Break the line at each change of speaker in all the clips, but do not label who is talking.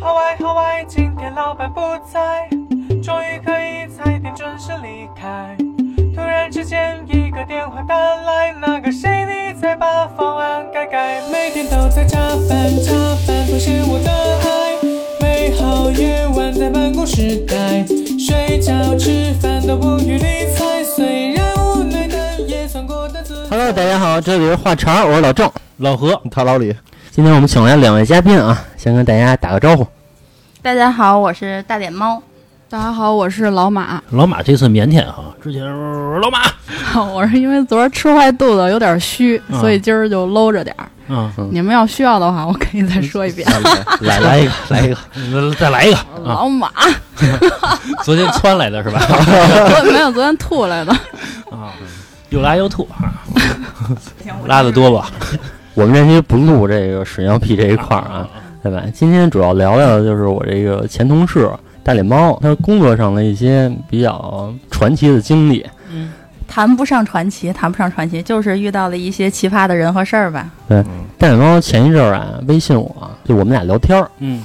好歪，今天老板不在，终于可以踩点准时离开。突然之间一个电话打来，那个谁你再把方案改改。每天都在加班，加班不是我的爱，美好夜晚在办公室待，睡觉吃饭都不予理睬，虽然无奈但也算过得自在。
Hello，大家好，这里是话茬儿，我是老郑，
老何，
他老李。今天我们请来两位嘉宾啊，先跟大家打个招呼。
大家好，我是大脸猫，
大家好，我是老马。
老马这次腼腆哈、 之前呃老马，
我是因为昨儿吃坏肚子，有点虚，
嗯
所以今儿就搂着点儿。
嗯，
你们要需要的话，我可以再说一遍。
来来一个，来一个，
呃再来一个啊，
老马，
昨天窜来的是吧？
我没有昨天吐来的。
啊，又拉又吐， 啊拉的多吧？
我们这期不录这个屎尿屁这一块儿啊，对吧？今天主要聊聊的就是我这个前同事大脸猫，他工作上的一些比较传奇的经历。
谈不上传奇，谈不上传奇，就是遇到了一些奇葩的人和事儿吧。
大脸猫前一阵儿啊，微信我，就我们俩聊天儿，
嗯，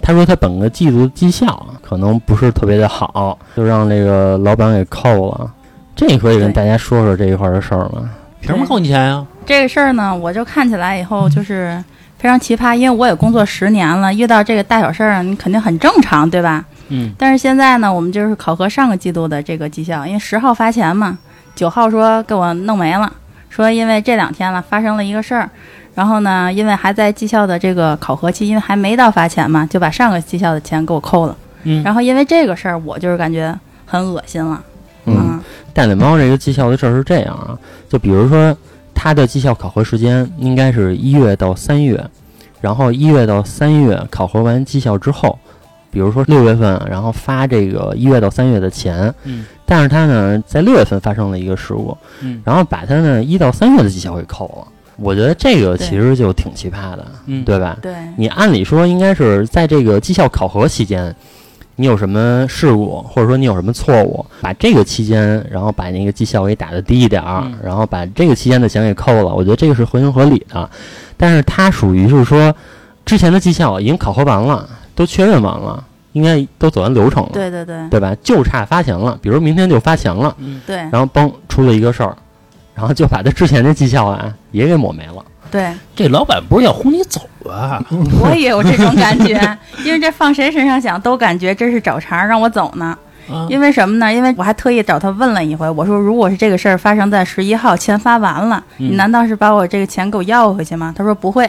他说他本个季度绩效啊可能不是特别的好，就让这个老板给扣了。这你可以跟
对
大家说说这一块儿的事儿吗？
凭什么扣你钱呀？
这个事儿呢，我就看起来以后就是非常奇葩，因为我也工作十年了，遇到这个大小事儿，你肯定很正常，对吧？
嗯，
但是现在呢，我们就是考核上个季度的这个绩效，因为十号发钱嘛，九号说给我弄没了，说因为这两天了发生了一个事儿，然后呢，因为还在绩效的这个考核期，因为还没到发钱嘛，就把上个绩效的钱给我扣了。
嗯
然后因为这个事儿，我就是感觉很恶心了。嗯，
大脸猫这个绩效的事儿是这样啊，就比如说它的绩效考核时间应该是一月到三月，然后一月到三月考核完绩效之后，比如说六月份，然后发这个一月到三月的钱，
嗯，
但是它呢在六月份发生了一个事故，
嗯
然后把它呢一到三月的绩效给扣了，我觉得这个
对
其实就挺奇葩的，
嗯
对吧？
对，
你按理说应该是在这个绩效考核期间，你有什么事故，或者说你有什么错误，把这个期间，然后把那个绩效给打的低一点儿，
嗯
然后把这个期间的钱给扣了，我觉得这个是合情合理的。但是它属于是说，之前的绩效已经考核完了，都确认完了，应该都走完流程了，
对对对
对吧？就差发钱了，比如明天就发钱了，
嗯，
对
然后嘣出了一个事儿，然后就把他之前的绩效啊也给抹没了。
对，
这老板不是要轰你走啊？
我也有这种感觉，因为这放谁身上想都感觉这是找茬儿让我走呢。
啊，
因为什么呢？因为我还特意找他问了一回，我说如果是这个事儿发生在十一号，钱发完了，
嗯
你难道是把我这个钱给我要回去吗？他说不会。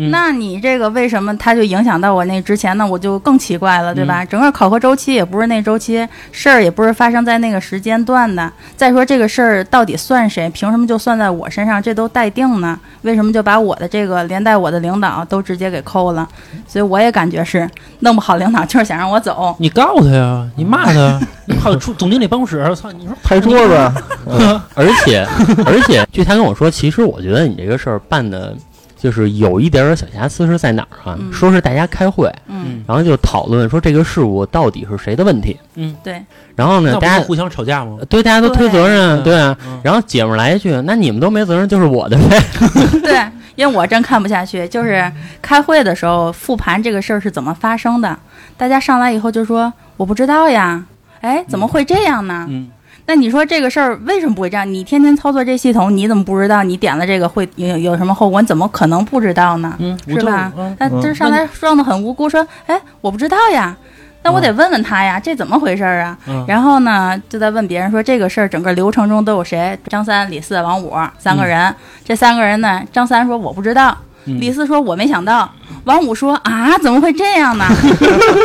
嗯
那你这个为什么他就影响到我那之前呢？我就更奇怪了，对吧？
嗯
整个考核周期也不是那周期，事儿也不是发生在那个时间段的。再说这个事儿到底算谁？凭什么就算在我身上？这都待定呢？为什么就把我的这个连带我的领导都直接给扣了？所以我也感觉是弄不好领导就是想让我走。
你告他呀，你骂 他，你跑出总经理办公室，操，你说
拍桌子。嗯 而且而且，据他跟我说，其实我觉得你这个事儿办的。就是有一点点小瑕疵是在哪儿啊？
嗯
说是大家开会，
嗯，
然后就讨论说这个事故到底是谁的问题。
嗯对
然后呢
嗯那，不
大
是
家
互相吵架吗？
对大家都推责任，
对
对啊。
嗯
然后姐们儿来一句：“那你们都没责任，就是我的呗。
对，因为我真看不下去，就是开会的时候复盘这个事儿是怎么发生的，大家上来以后就说我不知道呀，哎，怎么会这样呢？
嗯
那你说这个事儿为什么不会这样？你天天操作这系统，你怎么不知道你点了这个会有有什么后果？你怎么可能不知道呢？
嗯，
是吧
我就？嗯
那这上来装的很无辜，说哎我不知道呀，那我得问问他呀，这怎么回事儿啊？
嗯，
然后呢，就在问别人说这个事儿整个流程中都有谁？张三、李四、王五三个人。这三个人呢，张三说我不知道，
嗯
李四说我没想到，王五说啊怎么会这样呢？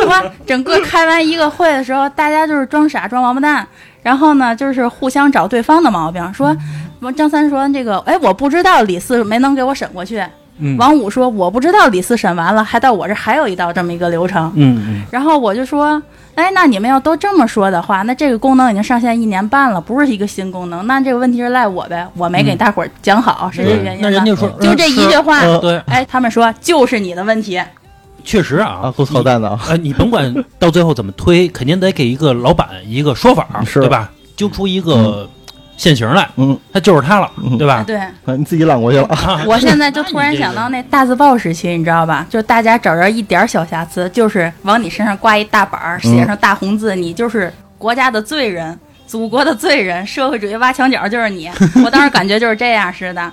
说整个开完一个会的时候，大家就是装傻装王八蛋，然后呢就是互相找对方的毛病，说。张三说：“这个，哎，我不知道李四没能给我审过去。
嗯
王五说：“我不知道李四审完了，还到我这儿还有一道这么一个流程。”
嗯
然后我就说，哎，那你们要都这么说的话，那这个功能已经上线一年半了，不是一个新功能，那这个问题是赖我呗，我没给大伙儿讲好、是
嗯，
这个原因
那人
吧？
家说
就这一句话，
呃对，
哎，他们说就是你的问题，
确实啊，
啊，够操蛋的啊！
呃，你甭管到最后怎么推，肯定得给一个老板一个说法儿，
是
对吧？揪出一个现行来，
嗯，
他就是他了，
嗯
对吧？
哎对，
啊你自己揽过去了，
我现在就突然想到那大字报时期，你知道吧？就是大家找着一点儿小瑕疵，就是往你身上挂一大板儿，写上大红字，你就是国家的罪人，祖国的罪人，社会主义挖墙脚就是 你。我当时感觉就是这样似的。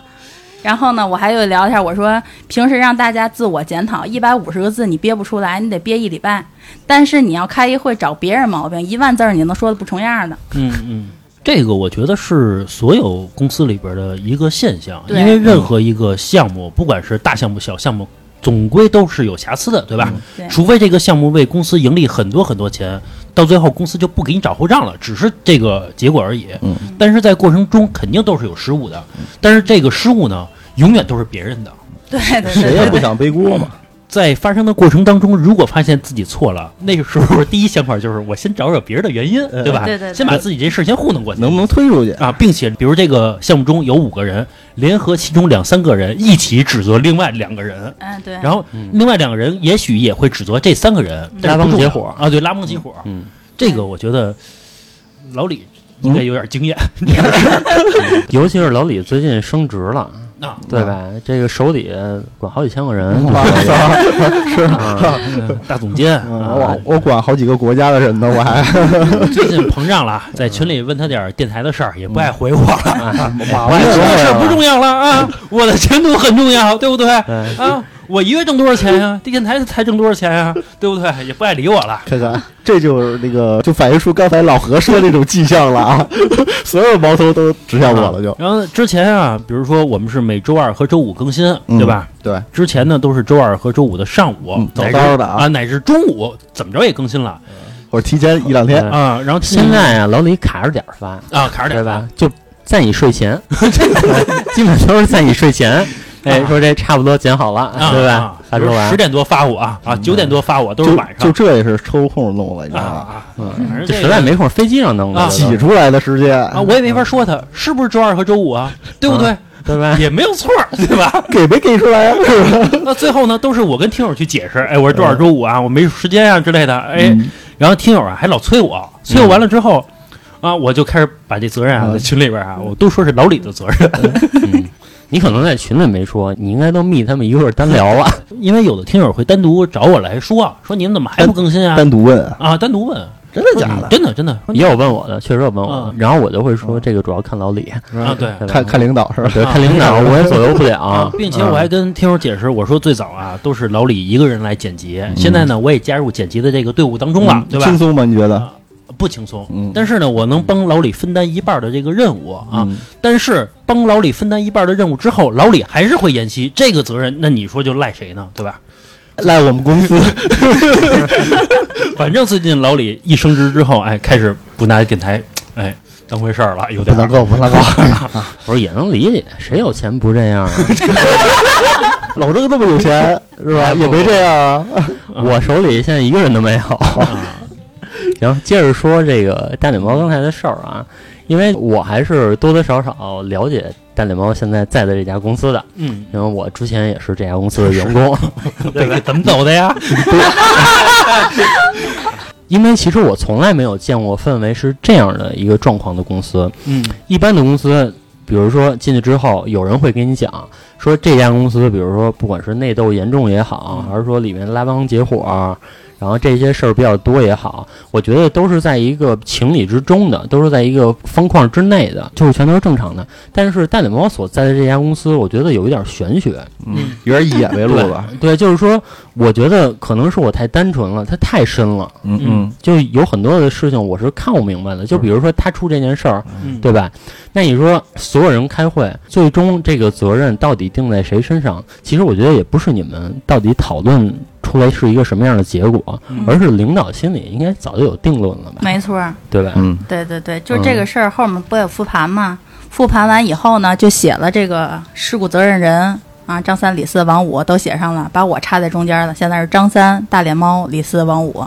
然后呢，我还有聊一下，我说平时让大家自我检讨，一百五十个字你憋不出来，你得憋一礼拜。但是你要开一会找别人毛病，一万字儿你能说的不重样的。
嗯嗯，这个我觉得是所有公司里边的一个现象，因
对
嗯
为任何一个项目，不管是大项目、小项目，总归都是有瑕疵的，对
嗯
吧？
对
除非这个项目为公司盈利很多很多钱，到最后公司就不给你找后账了，只是这个结果而已。
嗯
但是在过程中肯定都是有失误的，但是这个失误呢，永远都是别人的。
对对对
谁
对
也
对
不想背锅嘛。
在发生的过程当中，如果发现自己错了，那个时候第一想法就是我先找找别人的原因，
嗯
对吧？
对对对
先把自己这事儿先糊弄过去，
能不能推 出去？
啊，并且比如这个项目中有五个人，联合其中两三个人一起指责另外两个人，
嗯对。
然后另外两个人也许也会指责这三个人，但
拉
是
帮
不重
结
要
伙
啊，对，拉帮结伙。
嗯，
这个我觉得老李应该有点经验，
嗯尤其是老李最近升职了，
啊，
对吧？这个手底下管好几千个人，
哇塞
啊
大总监
嗯
啊
我，我管好几个国家的人呢，我还
最近膨胀了，在群里问他点儿电台的事儿，也不爱回我了。
马
我
外
说的事
国
儿不重要了啊， 我的前途很重要，对不对？
哎
啊，我一个月挣多少钱呀、电台才挣多少钱呀、对不对？也不爱理我了。
看看，这就是那个，就反映出刚才老何说的那种迹象了啊！ 所有矛头都指向我了，就
啊然后之前啊，比如说我们是每周二和周五更新，对吧？？
嗯对，
之前呢都是周二和周五的上午，
嗯
乃至
早早的啊
啊，乃至中午，怎么着也更新了
我是提前一两天
嗯
啊。然后
现在啊，老李卡着点儿发，
啊，卡着点
对
儿
吧？就在你睡前， 基本都是在你睡前。哎，
啊
说这差不多剪好了，
啊，
对吧
啊？
发出完
十，点多发我啊，啊，九点多发我，都是
就
晚
就
上
这也是抽空弄了，你知
啊
道吗？
啊，
嗯
反正
这
个
实在没空，飞机上弄的
啊，
挤出来的时间
啊，我也没法说他是不是周二和周五啊，对不对？
对
嗯
吧？
也没有错儿，对吧？
给没给出来啊？ 是吧
那最后呢，都是我跟听友去解释，哎，我说周二周五啊，我没时间啊之类的，哎
嗯，
然后听友啊还老催我，催我完了之后，啊，我就开始把这责任啊
嗯
在群里边啊，我都说是老李的责任，
嗯，你可能在群里没说，你应该都密他们一块儿单聊啊了。
因为有的听友会单独找我来说，啊说你们怎么还不更新啊？嗯
单独问，
啊，单独问，
真的假的？
真的真的
也有问我的，确实有问我的
嗯，
然后我就会说这个主要看老李，
啊，对。
对吧
看看领导是吧？
对看领 导，我也左右不
啊
了，，
并且我还跟听友解释，我说最早啊都是老李一个人来剪辑，现在呢我也加入剪辑的这个队伍当中了，对吧？
轻松吗？你觉得？
啊不轻松，
嗯
但是呢，我能帮老李分担一半的这个任务啊。
嗯
但是帮老李分担一半的任务之后，老李还是会延期，这个责任，那你说就赖谁呢？对吧？
赖我们公司，
反正最近老李一升职之后，哎，开始不拿电台哎当回事儿了，有
不
点
能够，不能够。
我说也能理解，谁有钱不这样啊？
老郑这么有钱 是吧？也没这样啊。
我手里现在一个人都没有。 行，接着说这个大脸猫刚才的事儿啊，因为我还是多多少少了解大脸猫现在在的这家公司的，
嗯，
因为我之前也是这家公司的员工。
对吧？怎么走的 呀？
因为其实我从来没有见过氛围是这样的一个状况的公司，
嗯
一般的公司，比如说进去之后，有人会跟你讲说这家公司，比如说不管是内斗严重也好，还是说里面拉帮结伙，啊然后这些事儿比较多也好，我觉得都是在一个情理之中的，都是在一个方框之内的，就是全都是正常的。但是大脸猫所在的这家公司，我觉得有一点玄学。
嗯，
有点野为路子。
对，就是说，我觉得可能是我太单纯了，它太深了，
嗯
嗯
就有很多的事情我是看不明白的。就比如说他出这件事儿，
嗯，
对吧？那你说所有人开会，最终这个责任到底定在谁身上？其实我觉得也不是你们到底讨论出来是一个什么样的结果，
嗯
而是领导心里应该早就有定论了吧？
没错儿，
对吧？
嗯
对对对，就是这个事儿后面不有复盘吗？复盘完以后呢，就写了这个事故责任人啊，张三、李四、王五都写上了，把我插在中间了。现在是张三、大脸猫、李四、王五。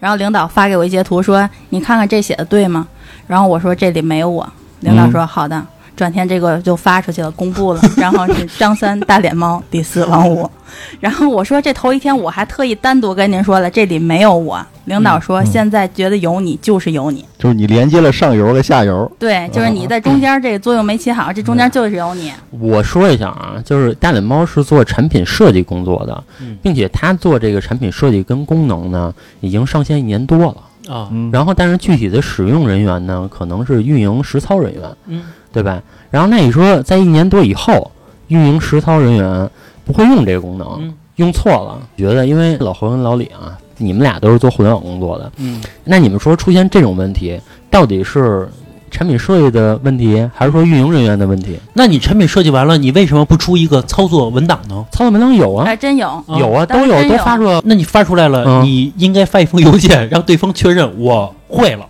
然后领导发给
嗯
我一截图说：“你看看这写的对吗？”然后我说：“这里没有我。”领导说：“好的。”转天这个就发出去了，公布了。 然后是张三大脸猫，第四王五。 然后我说这头一天我还特意单独跟您说了，这里没有我。领导说、
嗯
现在觉得有你就是有你，
就是你连接了上游和下游，
对，就是你在中间这个作用没起好，这中间就是有你。
我说一下啊，就是大脸猫是做产品设计工作的
嗯，
并且他做这个产品设计跟功能呢，已经上线一年多了。
啊，
嗯，
然后，但是具体的使用人员呢，可能是运营实操人员，
嗯，
对吧？然后，那你说在一年多以后，运营实操人员不会用这个功能，
嗯
用错了，觉得因为老何跟老李啊，你们俩都是做互联网工作的，
嗯，
那你们说出现这种问题，到底是产品设计的问题，还是说运营人员的问题？
那你产品设计完了，你为什么不出一个操作文档呢？
操作文档有啊，
还真有，
啊
有啊，
哎当
都
然
有，
真
都
有
发出来了。
那你发出来了，
嗯
你应该发一封邮件让对方确认我会了。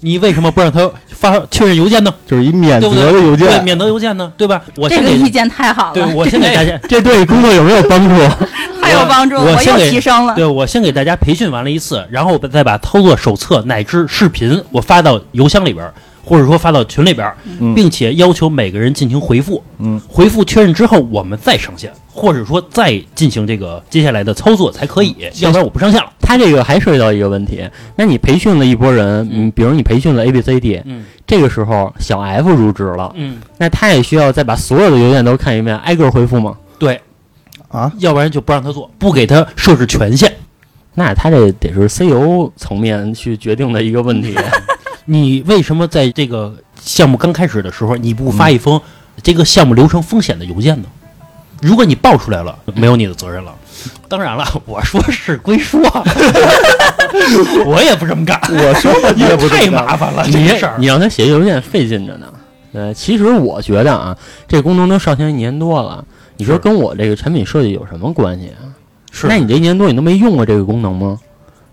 你为什么不让他发确认邮件呢？
就是一免
对
责
不对
的邮
对，
件，
免责邮件呢，对吧？我
这
先
个意
给，
见太好
对
了，
我先给大家，
这对工作有没有帮助？
太有帮助了，
我
我
先
又
给
提升了。
对我先给大家培训完了一次，然后我再把操作手册乃至视频我发到邮箱里边儿，或者说发到群里边儿，
嗯
并且要求每个人进行回复。
嗯，
回复确认之后，我们再上线，或者说再进行这个接下来的操作才可以，
嗯
要不然我不上线了。
他这个还涉及到一个问题，那你培训了一波人，嗯，比如你培训了 A、B、C、D，
嗯
这个时候小 F 入职了，
嗯，
那他也需要再把所有的邮件都看一遍，挨个回复吗？
对
啊，
要不然就不让他做，不给他设置权限。
那他这得是 CEO 层面去决定的一个 问题。
你为什么在这个项目刚开始的时候，你不发一封这个项目流程风险的邮件呢？如果你爆出来了，没有你的责任了。当然了， 我说是归说，啊我也不这么干，
我说吧，你也不
太
知道
麻烦了，这
你
个事儿
你让他写邮件费劲着呢。呃，其实我觉得啊，这功能都上线一年多了，你说
是
跟我这个产品设计有什么关系啊？
是
那你这一年多你都没用过这个功能吗？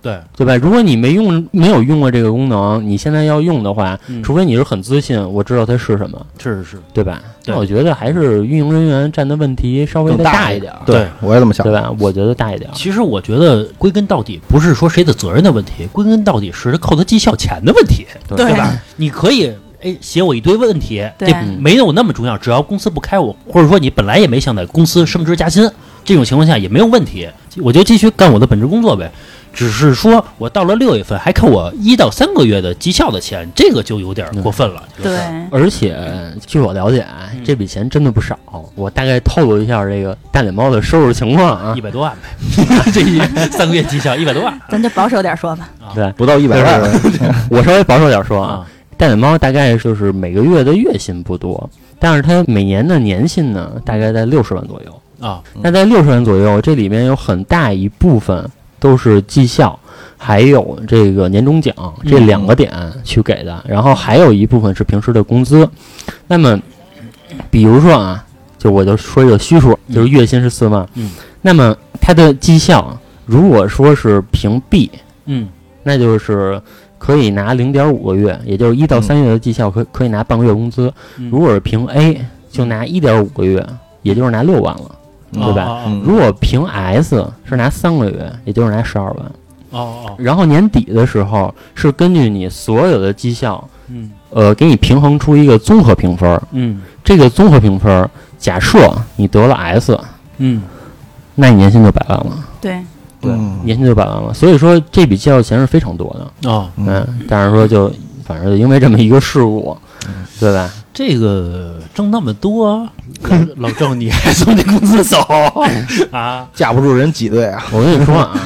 对，
对吧？如果你没用没有用过这个功能，你现在要用的话，
嗯
除非你是很自信，我知道它是什么，
是是，
对吧？
对
那我觉得还是运营人员占的问题稍微
更
再
大
一点儿，
对，
我也这么想
对，吧？我觉得大一点儿。
其实我觉得归根到底不是说谁的责任的问题，归根到底是扣他绩效钱的问题，
对
对吧？你可以哎写我一堆问题，
对
这没有那么重要，只要公司不开我，或者说你本来也没想在公司升职加薪，这种情况下也没有问题，我就继续干我的本职工作呗。只是说我到了六月份还扣我一到三个月的绩效的钱，这个就有点过分了。
嗯
这个事儿
对
而且据我了解啊
嗯，
这笔钱真的不少。我大概透露一下这个大脸猫的收入情况啊
一，百多万呗， 这一三个月绩效一百多万，
咱就保守点说吧。
对，
不到一百万，
我稍微保守点说
啊
啊，大脸猫大概就是每个月的月薪不多，但是它每年的年薪呢，大概在六十万左右。
啊，
那在六十万左右，这里面有很大一部分都是绩效，还有这个年终奖这
嗯
两个点去给的，然后还有一部分是平时的工资。那么，比如说啊，就我就说一个虚数，就是月薪是四万，
嗯，
那么它的绩效如果说是评 B，
嗯
那就是。可以拿零点五个月，也就是一到三月的绩效可，可以拿半个月工资。
嗯
如果是评 A，就拿一点五个月，也就是拿六万了。对吧
哦
嗯
如果评 S 是拿三个月，也就是拿十二万，
哦哦，哦
然后年底的时候是根据你所有的绩效，
嗯
呃，给你平衡出一个综合评分儿。
嗯
这个综合评分儿，假设你得了 S，
嗯，
那你年薪就百万了，
对，
对，
年薪就百万了。所以说这笔绩效钱是非常多的，
哦，
嗯，
嗯，但是说就反正就因为这么一个事故，
嗯
对吧？
这个挣那么多，老老郑你还从这公司走啊？
架不住人挤兑啊，
我跟你说啊，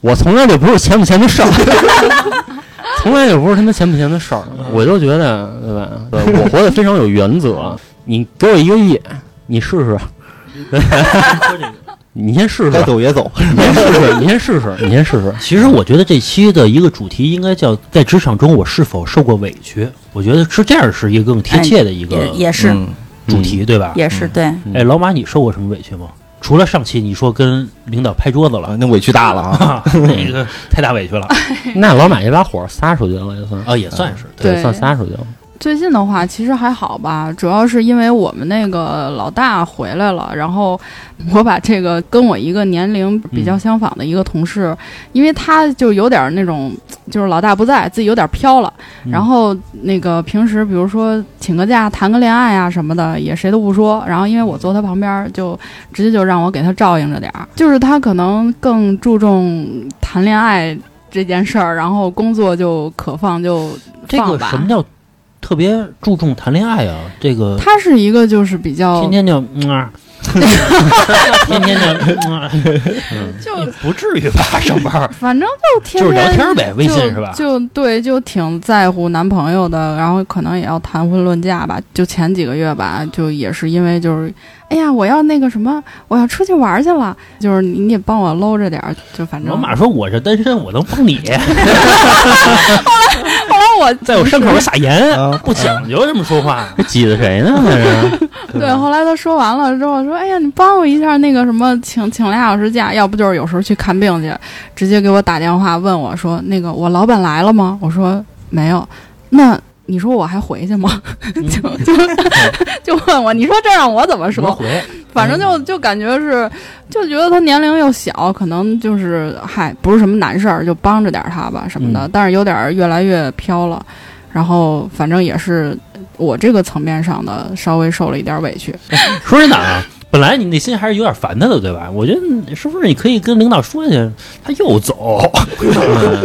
我从来就不是钱不钱的事儿，从来就不是他妈钱不钱的事儿，
嗯
我就觉得对吧？对我活得非常有原则。你给我一个亿，你试试，
说这个。
你先试试
该，走也走，
嗯
你先试试，你先试试，你先试 试。
其实我觉得这期的一个主题应该叫在职场中我是否受过委屈？我觉得是这样是一个更贴切的一个
也也是
嗯
主题，对吧？
也是对。
哎，老马，你受过什么委屈吗？除了上期你说跟领导拍桌子
啊
了，
那委屈大了啊，
啊， 那个太大委屈了
那老马也把火撒出去了，也算
啊，也算是。
对，
对
啊
算撒出去了。
最近的话其实还好吧，主要是因为我们那个老大回来了，然后我把这个跟我一个年龄比较相仿的一个同事，因为他就有点那种，就是老大不在，自己有点飘了，
嗯
然后那个平时比如说请个假、谈个恋爱啊什么的，也谁都不说，然后因为我坐他旁边，就直接就让我给他照应着点儿，就是他可能更注重谈恋爱。这件事儿，然后工作就可放就
这
放
个
吧
什么叫特别注重谈恋爱啊？这个
他是一个就是比较
天天就嗯啊，天天就嗯啊，
就
你不至于吧？上班儿
反正就天
就是
天
聊天儿呗
就
微信是吧
就对，就挺在乎男朋友的，然后可能也要谈婚论嫁吧。就前几个月吧，就也是因为就是，哎呀，我要那个什么，我要出去玩去了，就是你你也帮我搂着点儿，就反正
老马说我是单身，我能帮你，
后来我
在我伤口上撒盐，
啊，
不讲究这么说话。
这挤的谁呢？这是
对，后来他说完了之后说：“哎呀，你帮我一下那个什么，请请俩小时假，要不就是有时候去看病去，直接给我打电话问我说那个我老板来了吗？”我说没有，那你说我还回去吗？ 就就就问嗯我，你说这让我怎么
什么
说？嗯
回？
反正就就感觉是，就觉得他年龄又小，可能就是嗨，不是什么难事儿，就帮着点儿他吧什么的。
嗯
但是有点儿越来越飘了，然后反正也是我这个层面上的稍微受了一点儿委屈。
说真的啊，本来你内心还是有点烦他的，对吧？我觉得是不是你可以跟领导说一下，他又走，
啊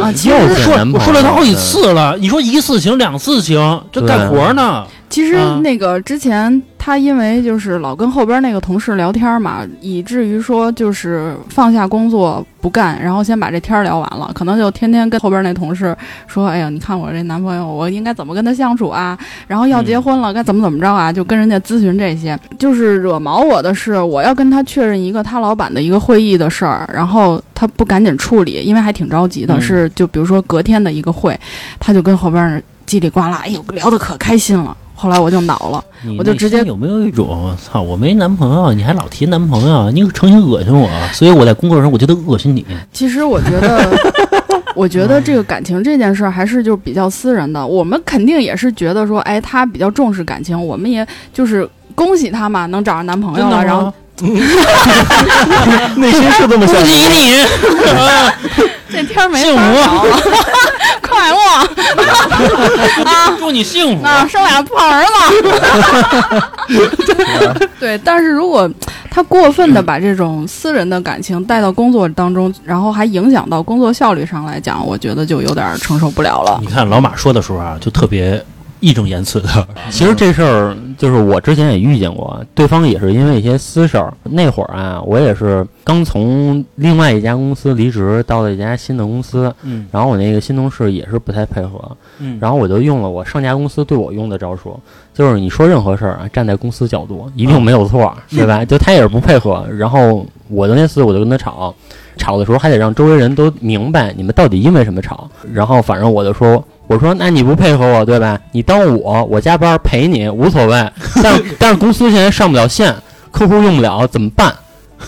嗯
其实
又
说
见男朋友
我说了他好几
嗯
次了，你说一次行，两次行，这干活呢，
其实
啊
那个之前他因为就是老跟后边那个同事聊天嘛，以至于说就是放下工作不干，然后先把这天儿聊完了，可能就天天跟后边那同事说：“哎呀，你看我这男朋友，我应该怎么跟他相处啊？然后要结婚了，该怎么怎么着啊？”就跟人家咨询这些。就是惹毛我的是，我要跟他确认一个他老板的一个会议的事儿，然后他不赶紧处理，因为还挺着急的，
嗯
是就比如说隔天的一个会，他就跟后边儿叽里呱啦，哎呦，聊得可开心了。后来我就恼了，
你
我就
内
直接
心有没有一种操，我没男朋友，你还老提男朋友，你成心恶心我，所以我在工作上我就得恶心你。
其实我觉得，我觉得这个感情这件事儿还是就是比较私人的。我们肯定也是觉得说，哎，他比较重视感情，我们也就是恭喜他嘛，能找着男朋友啊了。然后
内心是这么想
恭喜你，
这天儿没
幸
法
福
聊了，快乐
祝你幸福。
啊，生俩胖儿子。对，但是如果他过分的把这种私人的感情带到工作当中，然后还影响到工作效率上来讲，我觉得就有点儿承受不了了。
你看老马说的时候啊，就特别义正言辞的，
其实这事儿就是我之前也遇见过，对方也是因为一些私事儿。那会儿啊，我也是刚从另外一家公司离职，到了一家新的公司，
嗯
然后我那个新同事也是不太配合，
嗯
然后我就用了我上家公司对我用的招数，就是你说任何事儿啊，站在公司角度一定没有错，对吧？就他也是不配合，然后我的那次我就跟他吵，吵的时候还得让周围人都明白你们到底因为什么吵。然后反正我就说，我说那你不配合我，对吧？你当我我加班陪你无所谓，但但是公司现在上不了线，客户用不了，怎么办？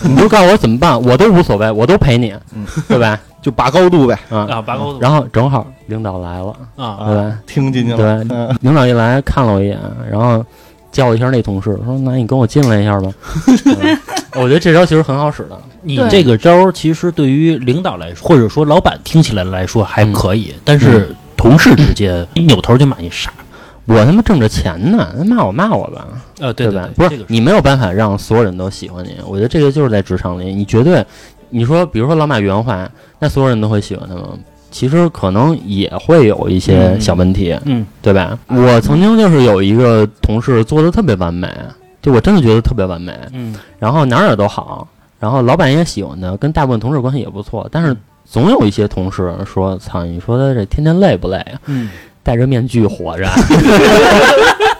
你就告诉我怎么办，我都无所谓，我都陪你，
嗯
对吧？
就拔高度呗，
啊、
啊，拔高度
然后正好领导来了，
啊，
对吧？
听进去 了，
对
嗯，
领导一来看了我一眼，然后叫了一下那同事，说：“那你跟我进来一下 吧。嗯我觉得这招其实很好使的，
你
对
这个招儿其实对于领导来说，或者说老板听起来来说还可以，但是同事之间一扭头就骂你傻。
我他妈挣着钱呢，他骂我骂我吧，
呃，
吧？不是、你没有办法让所有人都喜欢你，我觉得这个就是在职场里，你绝对，你说比如说老马原话，那所有人都会喜欢他吗？其实可能也会有一些
嗯
小问题，
嗯，
对吧？我曾经就是有一个同事做的特别完美，就我真的觉得特别完美，
嗯，
然后哪儿哪儿都好，然后老板也喜欢他，跟大部分同事关系也不错，但是总有一些同事说：“操，你说他这天天累不累啊？
嗯
戴着面具活着。”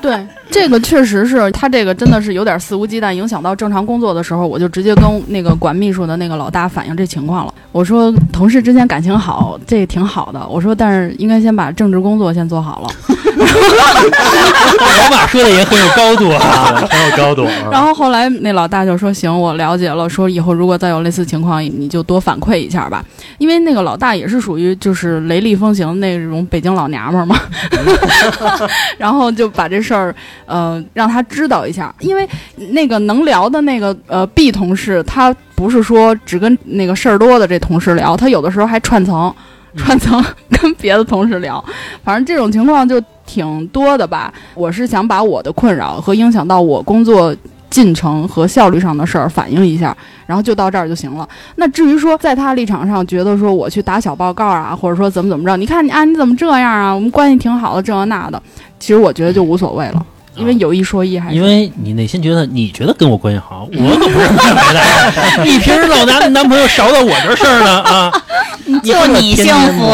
对，这个确实是他这个真的是有点肆无忌惮，影响到正常工作的时候，我就直接跟那个管秘书的那个老大反映这情况了。我说同事之间感情好，这挺好的。我说但是应该先把政治工作先做好了。
老马说的也很有高度啊，很有高度
嗯
啊。
然后后来那老大就说：“行，我了解了。说以后如果再有类似情况，你就多反馈一下吧。因为那个老大也是属于就是雷厉风行那种北京老娘们儿嘛。然后就把这事儿呃让他知道一下，因为那个能聊的那个呃 B 同事，他不是说只跟那个事儿多的这同事聊，他有的时候还串层。”串层跟别的同事聊，反正这种情况就挺多的吧。我是想把我的困扰和影响到我工作进程和效率上的事儿反映一下，然后就到这儿就行了。那至于说在他立场上觉得说我去打小报告啊，或者说怎么怎么着，你看你啊你怎么这样啊，我们关系挺好的，这个那的，其实我觉得就无所谓了，
嗯
因为有一说一还是
因为你内心觉得你觉得跟我关系好，我可不是这么觉 得。你平时老拿男朋友捎到我这事儿呢啊，
就 你幸福，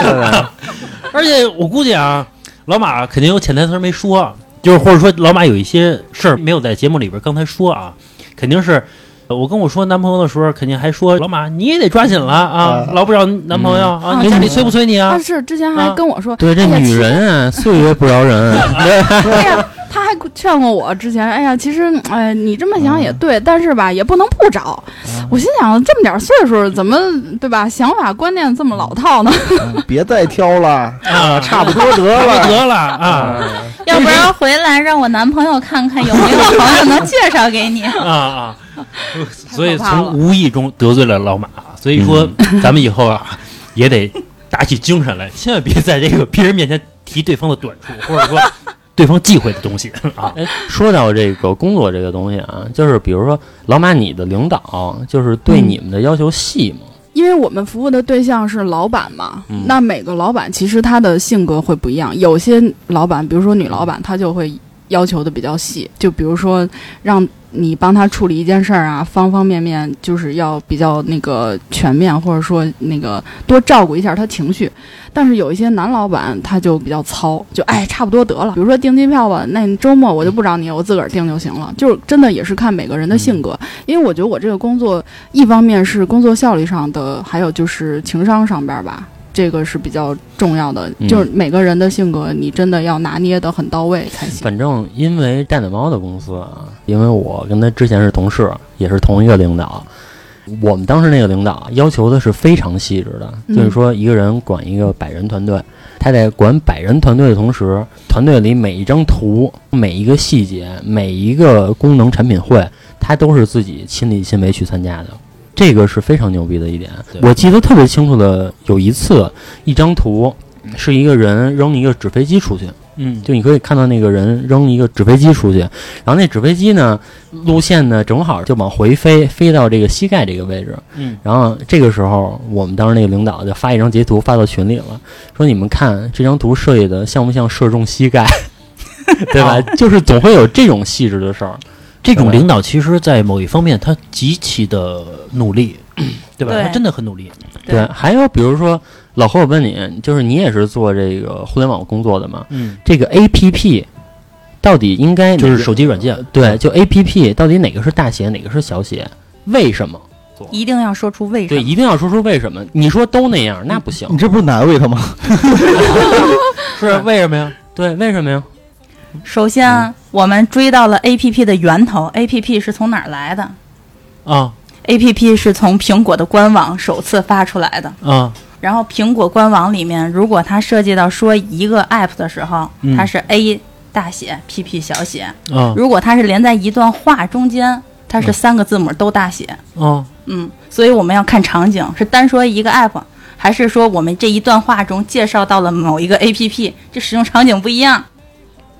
而且我估计啊，老马肯定有潜台词儿没说，啊就是或者说老马有一些事儿没有在节目里边儿刚才说啊，肯定是。呃我跟我说男朋友的时候，肯定还说老马你也得抓紧了啊，
啊
捞不着男朋友啊，
啊
你
真
你
的
催不催你啊
他？是之前还
啊
跟我说，
对，这
哎呀
女
其实
人啊，岁月不饶 人。
对哎呀、他还劝过我之前，哎呀，其实，哎，你这么想也对，但是吧，也不能不找。我心想，这么点岁数，怎么对吧？想法观念这么老套呢？
别再挑了，
啊，
差不多
差
得
不
了。
多了啊
要不然回来让我男朋友看看有没有朋友能介绍给你。
啊啊！所以
太可怕
从
了
无意中得罪了老马，啊所以说咱们以后啊也得打起精神来，千万别在这个别人面前提对方的短处，或者说对方忌讳的东西啊。
哎，说到这个工作这个东西啊，就是比如说老马，你的领导就是对
嗯
你们的要求细吗？
因为我们服务的对象是老板嘛，
嗯
那每个老板其实他的性格会不一样。有些老板，比如说女老板，她就会要求的比较细，就比如说让你帮她处理一件事儿啊，方方面面就是要比较那个全面，或者说那个多照顾一下她情绪。但是有一些男老板他就比较糙，就哎差不多得了，比如说订机票吧，那你周末我就不找你，我自个儿订就行了。就是真的也是看每个人的性格，因为我觉得我这个工作一方面是工作效率上的，还有就是情商上边儿吧，这个是比较重要的。
嗯
就是每个人的性格，你真的要拿捏得很到位才行。
反正因为蛋蛋猫的公司啊，因为我跟他之前是同事，也是同一个领导。我们当时那个领导要求的是非常细致的，
嗯
就是说一个人管一个百人团队，他在管百人团队的同时，团队里每一张图、每一个细节、每一个功能产品会，他都是自己亲力亲为去参加的。这个是非常牛逼的一点。
对
我记得特别清楚的，有一次一张图是一个人扔一个纸飞机出去，
嗯，
就你可以看到那个人扔一个纸飞机出去，然后那纸飞机呢，
嗯
路线呢正好就往回飞，飞到这个膝盖这个位置。
嗯，
然后这个时候，我们当时那个领导就发一张截图发到群里了，说你们看这张图设计的像不像射中膝盖， 对
哦
吧？就是总会有这种细致的事儿。
这种领导其实，在某一方面他极其的努力，对吧？
对
他真的很努力。
对
还有比如说老何，我问你，就是你也是做这个互联网工作的嘛？
嗯，
这个 A P P 到底应该
就是
哪个
手机软件，
对，就 A P P 到底哪个是大写，哪个是小写？为什么？
一定要说出为什
对，
么。
一定要说出为什么。嗯你说都那样，那不行
你。这不是难为他吗？
是为什么呀？
对，为什么呀？
首先，我们追到了 A P P 的源头，A P P 是从哪儿来的
啊
？A P P 是从苹果的官网首次发出来的。
啊，
然后苹果官网里面，如果它涉及到说一个 app 的时候，
嗯
它是 A 大写，PP 小写；
啊
如果它是连在一段话中间，它
嗯
是三个字母都大写。
哦
啊！
嗯，所以我们要看场景，是单说一个 app，还是说我们这一段话中介绍到了某一个 app，这使用场景不一样。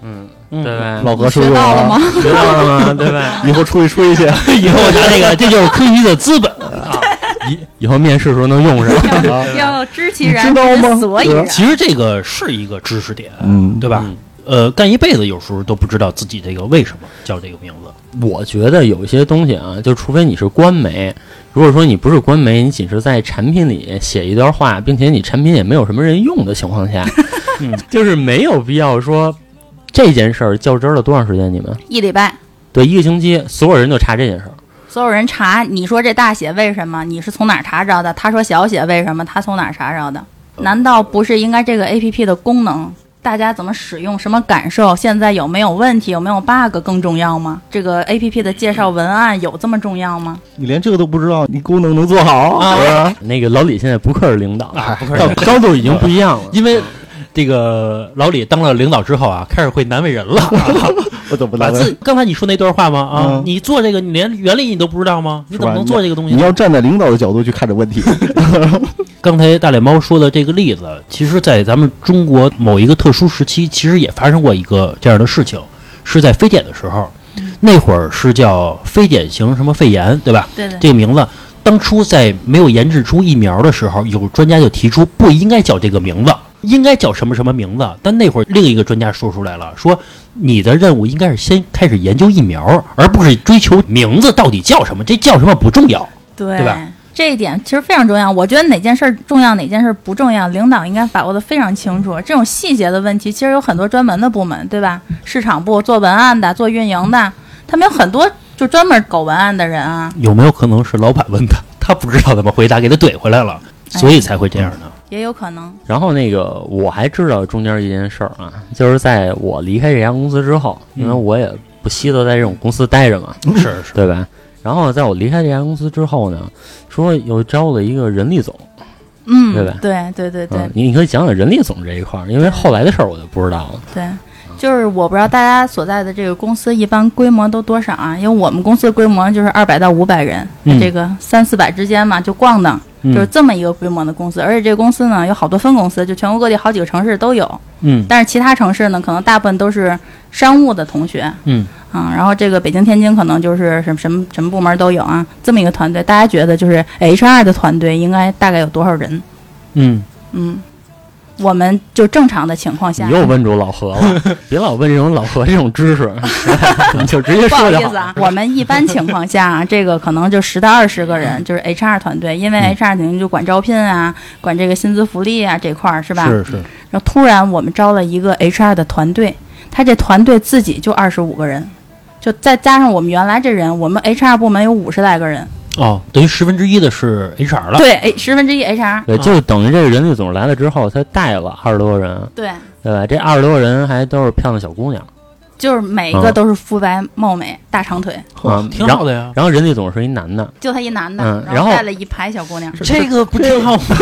嗯，
嗯
对吧？
老何是不
学
是
到了吗？
学到了 吗？对吧？
以后出去吹去，
以后拿这个，这就是科学的资本啊。
以后面试的时候能用上。
要知其
啊你
然，
知道吗
所以然。
其实这个是一个知识点，
嗯
对吧？
嗯
呃，干一辈子有时候都不知道自己这个为什么叫这个名字。
我觉得有一些东西啊，就除非你是官媒，如果说你不是官媒，你仅是在产品里写一段话， 并且你产品也没有什么人用的情况下，
嗯
就是没有必要说。这件事儿较真儿了多长时间？你们
一礼拜，
对一个星期，所有人就查这件事儿。
所有人查，你说这大写为什么？你是从哪儿查着的？他说小写为什么？他从哪儿查着的？难道不是应该这个 A P P 的功能，大家怎么使用，什么感受，现在有没有问题，有没有 bug 更重要吗？这个 A P P 的介绍文案有这么重要吗？
你连这个都不知道，你功能能做好啊？
那个老李现在不愧是领导，
啊，不是
到高度已经不一样了。
因为这个老李当了领导之后啊，开始会难为人了。
我怎么
把
难
自
为？
刚才你说那段话吗？啊
嗯，
你做这个，你连原理你都不知道吗？你怎么能做这个东西
你
呢？
要站在领导的角度去看这问题，
刚才大脸猫说的这个例子，其实，在咱们中国某一个特殊时期，其实也发生过一个这样的事情，是在非典的时候，那会儿是叫非典型什么肺炎，对吧？
对对
这个名字当初在没有研制出疫苗的时候，有专家就提出不应该叫这个名字，应该叫什么什么名字。但那会儿另一个专家说出来了，说你的任务应该是先开始研究疫苗，而不是追求名字到底叫什么，这叫什么不重要。
对
对吧
这一点其实非常重要，我觉得哪件事儿重要，哪件事儿不重要，领导应该把握的非常清楚。这种细节的问题，其实有很多专门的部门，对吧？市场部做文案的，做运营的，他们有很多就专门搞文案的人啊，
有没有可能是老板问他，他不知道怎么回答，给他怼回来了，
哎
所以才会这样的。
也有可能。
然后那个我还知道中间一件事儿啊，就是在我离开这家公司之后，
嗯
因为我也不稀得在这种公司待着嘛，
是是，
对吧？然后在我离开这家公司之后呢，说又招了一个人力总，
嗯，
对吧
对对对对
嗯，你你可以讲讲人力总这一块儿，因为后来的事儿我就不知道了。
对，就是我不知道大家所在的这个公司一般规模都多少啊？因为我们公司的规模就是二百到五百人，
嗯
这个三四百之间嘛，就逛荡，就是这么一个规模的公司。而且这个公司呢，有好多分公司，就全国各地好几个城市都有。
嗯
但是其他城市呢，可能大部分都是商务的同学
嗯，
啊。然后这个北京、天津可能就是什么什么什么部门都有啊，这么一个团队。大家觉得就是 HR 的团队应该大概有多少人？
嗯，
嗯，我们就正常的情况下，
你又问住老何 了，别老问这种老何这种知识， 你就直接
不好
说就
意思啊，我们一般情况 下啊，这个可能就十到二十个人，就是
嗯
HR 团队，因为 HR 肯定就管招聘啊，管这个薪资福利啊这块儿是吧？
是是，
然后突然我们招了一个 HR 的团队，他这团队自己就二十五个人，就再加上我们原来这人，我们 HR 部门有五十来个人，
哦，啊等于十分之一的是 HR 了。
对，哎，十分之一 HR，
对，就等于这个人力总来了之后，他带了二十多个人，
对，
对吧？这二十多个人还都是漂亮小姑娘
就是每
嗯
一个都是肤白貌美、大长腿，
啊
哦，挺
然
好
后
的呀，
然后人力总是一男的，
就他一男的，
嗯然
然
后
带了一排小姑娘，
这个不挺好吗？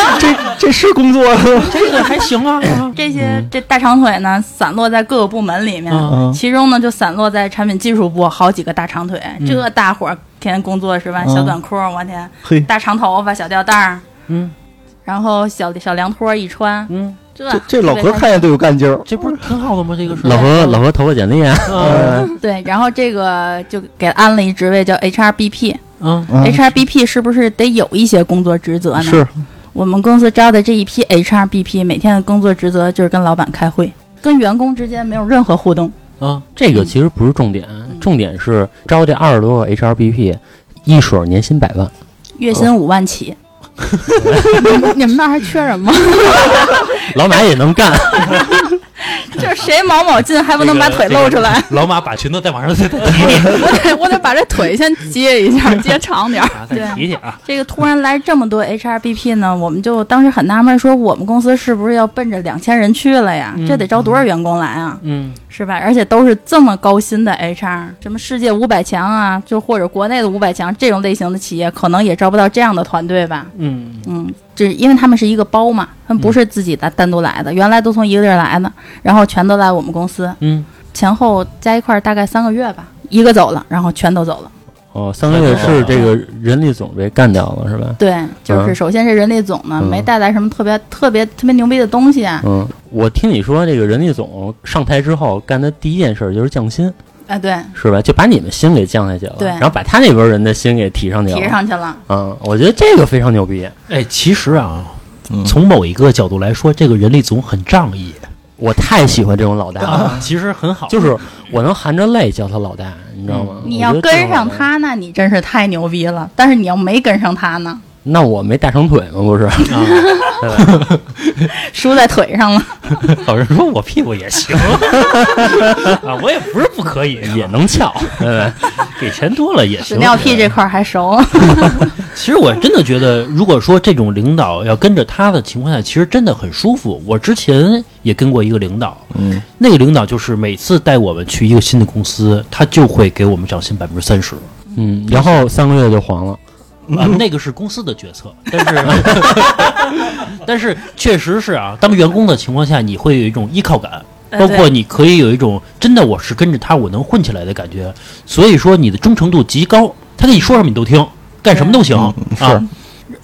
这是工作啊
这个还行啊。啊
这些这大长腿呢散落在各个部门里面。
啊，
其中呢，就散落在产品技术部好几个大长腿，
嗯
这大伙儿天天工作是吧？
嗯
小短裤，我天，
嘿，
大长头发，小吊带儿，
嗯
然后小小凉拖一穿，
嗯，
这
这这老何看见都有干劲儿。
这不是挺好的吗？这个是
老何老何投过简历啊，
啊
对，然后这个就给安了一职位叫 HRBP，HRBP、
啊
嗯
HRBP 是不是得有一些工作职责呢？
啊是，
我们公司招的这一批 HRBP，每天的工作职责就是跟老板开会，跟员工之间没有任何互动。
啊，
这个其实不是重点，
嗯
重点是招这二十多个 HRBP，一水儿年薪百万，
月
哦
薪五万起，
你们那儿还缺人吗？
老马也能干。
就是谁某某进还不能把腿露出来，
老马把裙子再往上再提
我得 我得把这腿先接一下，接长点儿。
啊，再提提啊。
这个突然来这么多 HRBP 呢，我们就当时很纳闷，说我们公司是不是要奔着两千人去了呀？这得招多少员工来啊，
嗯，
是吧？而且都是这么高薪的 HR，什么世界五百强啊，就或者国内的五百强这种类型的企业，可能也招不到这样的团队吧？
嗯
嗯，这因为他们是一个包嘛，他们不是自己的单独来的，原来都从一个地儿来的，然后全都来我们公司，
嗯，
前后加一块儿大概三个月吧，一个走了，然后全都走了。
哦，三个月是这个人力总被干掉了是吧？
对，就是
嗯
首先这人力总呢、
嗯
没带来什么特别特别特别牛逼的东西啊，
嗯，我听你说这个人力总上台之后干的第一件事就是降薪，
哎，对，
是吧？就把你们薪给降下去了，
对
然后把他那边人的薪给提上去了。
提上去了，
嗯，我觉得这个非常牛逼。
哎，其实啊
嗯。
从某一个角度来说，这个人力总很仗义
我太喜欢这种老大了，
啊，其实很好。
就是我能含着泪叫他老嗯大，你知道吗？
你要跟上他，那你真是太牛逼了。但是你要没跟上他呢，
那我没大长腿吗？不是，
啊
输在腿上 了。
老人说我屁股也 行啊，我也不是不可以，啊
也能翘。
呃，给钱多了也
屎
行。
尿屁这块儿还 熟，
其实我真的觉得，如果说这种领导要跟着他的情况下，其实真的很舒服。我之前也跟过一个领导，
嗯，
那个领导就是每次带我们去一个新的公司，他就会给我们涨薪百分之三十。
嗯，然后三个月就黄了。
啊，那个是公司的决策，但是 但是确实是啊，当员工的情况下，你会有一种依靠感，
呃
包括
对
你可以有一种真的我是跟着他，我能混起来的感觉。所以说你的忠诚度极高，他跟你说什么你都听，干什么都行
嗯
啊。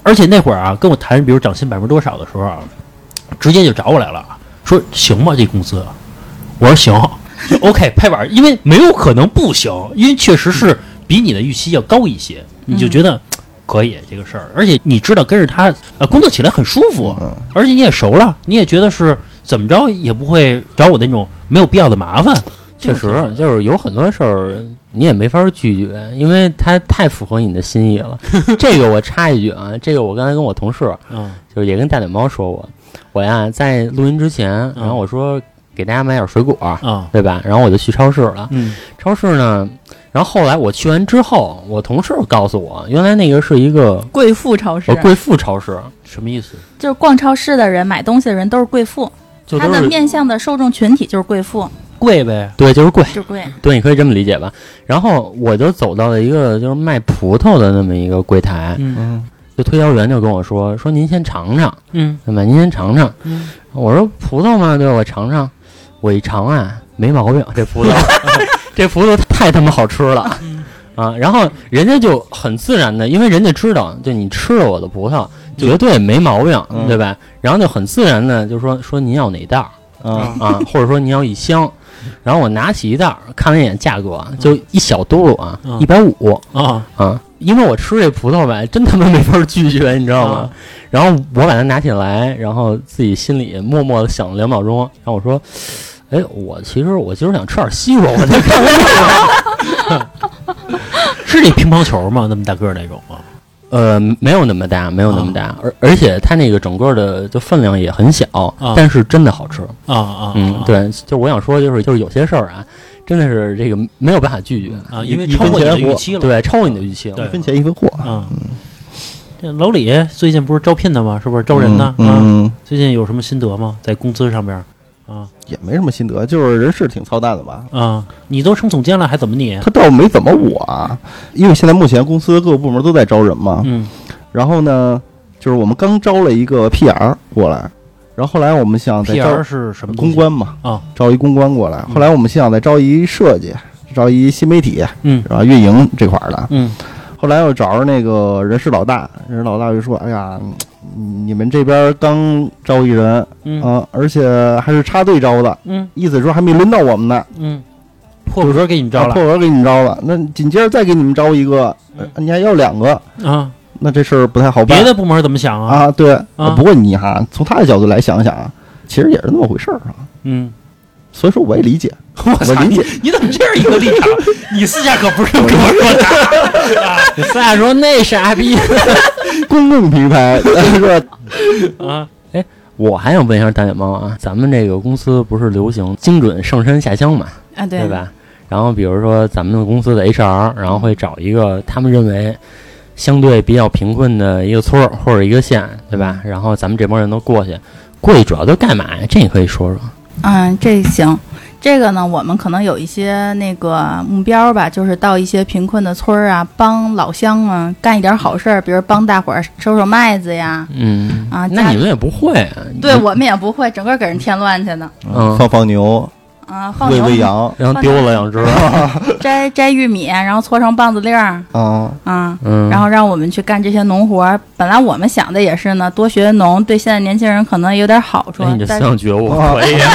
而且那会儿啊，跟我谈比如涨薪百分之多少的时候啊，直接就找我来了，说行吗？这公司，我说行。就 OK，拍板儿，因为没有可能不行，因为确实是比你的预期要高一些，你
嗯
就觉得可以这个事儿，而且你知道跟着他呃工作起来很舒服，
嗯
而且你也熟了，你也觉得是怎么着也不会找我那种没有必要的麻烦。
确实，就是有很多事儿你也没法拒绝，因为它太符合你的心意了。 这个我插一句啊，这个我刚才跟我同事，
嗯
就是也跟大脸猫说过，我呀在录音之前，然后我说给大家买点水果，
啊
对吧？然后我就去超市了。
嗯
超市呢，然后后来我去完之后，我同事告诉我，原来那个是一个
贵妇超市
呃，贵妇超市，
什么意思？
就是逛超市的人、买东西的人都是贵妇，
就
他
都
的
是
面向的受众群体就是贵妇，
贵呗。
对，就是贵，
就是贵。
对，你可以这么理解吧。然后我就走到了一个就是卖葡萄的那么一个柜台，
嗯
嗯
就推销员就跟我说说您先尝尝，
嗯
对吧？您先尝尝。
嗯
我说葡萄嘛，对吧我尝尝，我一尝啊，没毛病，这葡萄，这葡萄太他妈好吃了 啊！然后人家就很自然的，因为人家知道，就你吃了我的葡萄，绝对没毛病，
嗯
对吧？然后就很自然的就说说您要哪袋儿
啊，
啊，或者说您要一箱。然后我拿起一袋儿，看了一眼价格，就一小嘟噜啊
嗯，
一百五
啊
啊，因为我吃这葡萄吧，真他妈没法拒绝，你知道吗？
啊
然后我把它拿起来，然后自己心里默默的想了两秒钟，然后我说：“哎，我其实我今儿想吃点西瓜，我在看
是那乒乓球吗？那么大个儿那种吗？
呃，没有那么大，没有那么大，而而且它那个整个的就分量也很小，
啊
但是真的好吃。
啊啊，
嗯
啊，
对，就我想说，就是就是有些事儿啊，真的是这个没有办法拒绝
啊因为
一
超过你的
一分钱
预
货
期了
对，嗯超过你的预期了。
对
一分钱一分货，
啊。这老李最近不是招聘的吗？是不是招人呢？啊，
嗯，嗯
最近有什么心得吗？在工资上边儿啊
也没什么心得，就是人是挺操蛋的吧。
啊，你都升总监了，还怎么你？
他倒没怎么我啊，因为现在目前公司各个部门都在招人嘛，
嗯
然后呢，就是我们刚招了一个 PR 过来，然后后来我们想再招
，PR 是什么东
公
西？
关嘛，
啊，
招一公关过来，后来我们想再招一设计，招一新媒体，
嗯
然后运营这块儿的。
嗯
后来又找着那个人事老大，人事老大就说：“哎呀，嗯你们这边刚招一人啊、
嗯
而且还是插队招的，
嗯
意思说还没轮到我们呢，
嗯，破壳给你们招
破
了
格给你们招了，那紧接着再给你们招一个，呃你还要两个，
啊！
那这事儿不太好办。
嗯别的部门怎么想啊？
啊，对。
啊
不过你哈，从他的角度来想想啊，其实也是那么回事儿啊。
嗯，
所以说我也理解，
我
我理解。
你怎么这样一个立场？你私下可不是这么跟我说的。
你咱俩说那傻 逼。
公共平台是吧？
啊，
我还想问一下大脸猫啊，咱们这个公司不是流行精准上山下乡嘛？
啊，
对？吧？然后比如说咱们的公司的 HR，然后会找一个
嗯
他们认为相对比较贫困的一个村儿或者一个县，对吧？
嗯
然后咱们这帮人都过去，过去主要都干嘛呀？这你可以说说。
嗯，这行。这个呢，我们可能有一些那个目标吧，就是到一些贫困的村儿啊，帮老乡啊干一点好事儿，比如帮大伙儿收收麦子呀。
嗯
啊
那
家
你们也不会啊？
对我们也不会，整个给人添乱去呢。
嗯
放放牛，
啊，放
喂
牛
喂羊
然后丢了两只，
摘摘玉米，然后搓成棒子粒儿
啊，
啊，
嗯，
然后让我们去干这些农活儿。本来我们想的也是呢，多学农对现在年轻人可能有点好处
哎，你这思
但
想觉悟
啊
可以啊，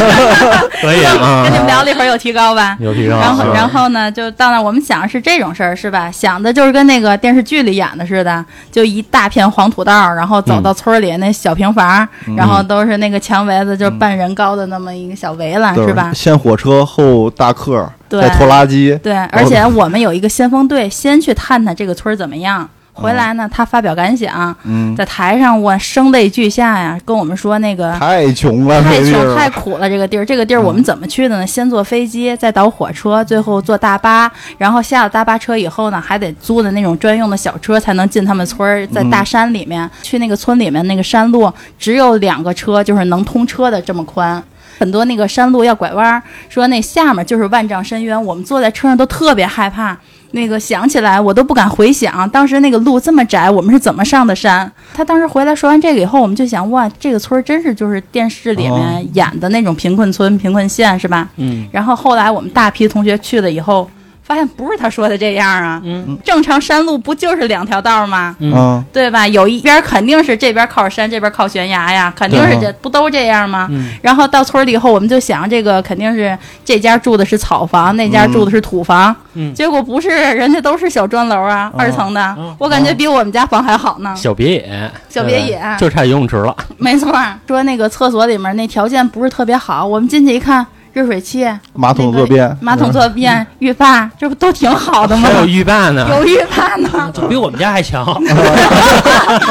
可以
跟你
啊，
们聊了一会儿有提高吧。
有提高啊。
然
是
后，
吧
然后呢，就到那儿我们想的是这种事儿，是吧？想的就是跟那个电视剧里演的似的，就一大片黄土道儿，然后
嗯
走到村儿里那小平房儿，然后都是那个墙围子，就是半人高的那么一个小围栏，
就是
啊吧？
先火车后大客，
对
再拖拉机，
对，而且我们有一个先锋队，先去探探这个村儿怎么样，回来呢，他发表感想，
嗯，
在台上我声泪俱下呀，跟我们说那个
太穷了，嗯
太
这地
穷
儿
太苦了，这个地儿，这个地儿我们怎么去的呢？先坐飞机，再倒火车，最后坐大巴，然后下了大巴车以后呢，还得租的那种专用的小车才能进他们村儿，在
嗯
大山里面、去那个村里面那个山路，只有两个车，就是能通车的这么宽。很多那个山路要拐弯儿，说那下面就是万丈深渊，我们坐在车上都特别害怕。那个想起来我都不敢回想，当时那个路这么窄，我们是怎么上的山？他当时回来说完这个以后，我们就想，哇，这个村儿真是就是电视里
哦
面演的那种贫困村、贫困县是吧？
嗯
然后后来我们大批同学去了以后，发现不是他说的这样啊，
嗯
正常山路不就是两条道吗？
嗯
啊，
对吧？有一边儿肯定是这边儿靠山，这边儿靠悬崖呀，肯定
嗯
是
对
这不都这样吗？
嗯
然后到村儿里以后，我们就想，这个肯定是这家住的是草房，那家住的是土房，
嗯
结果不是，人家都是小砖楼
哦
啊，二层的，
嗯
我感觉比我们家房还好呢，
小别野，
小别野。
就差游泳池了。
没错儿，说那个厕所里面那条件不是特别好，我们进去一看，热水器、
啊
马桶
那个
坐便，
马桶坐便、浴霸，这不都挺好的吗
嗯还？有浴霸呢，
有浴霸呢，
比我们家还强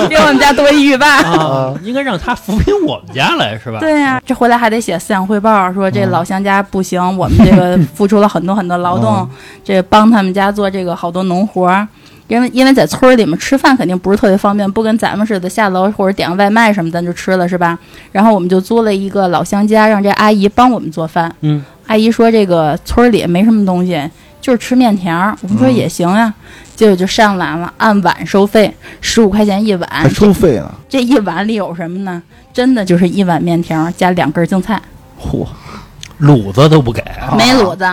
比我们家多一浴霸。
啊！应该让他扶贫我们家来是吧？嗯
对呀、这回来还得写思想汇报，说这老乡家不行，我们 这个付出了很多很多劳
嗯
动，这帮他们家做这个好多农活儿。因为因为在村儿里面吃饭肯定不是特别方便，不跟咱们似的下楼或者点个外卖什么咱就吃了是吧？然后我们就租了一个老乡家，让这阿姨帮我们做饭。
嗯，
阿姨说这个村儿里没什么东西，就是吃面条儿。我们
嗯
说也行呀、结果就上来了，按碗收费，十五块钱一 碗。
还哎收费呢，
这一碗里有什么呢？真的就是一碗面条加两根净菜，
嚯，
卤子都不给，啊
啊
没卤子，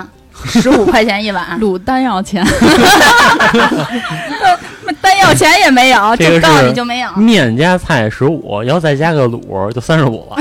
十五块钱一碗，
卤丹药钱，
单要钱也没有，
这个
就告诉
是
你就没有，
嗯
面加菜十五，要再加个卤就三十五了。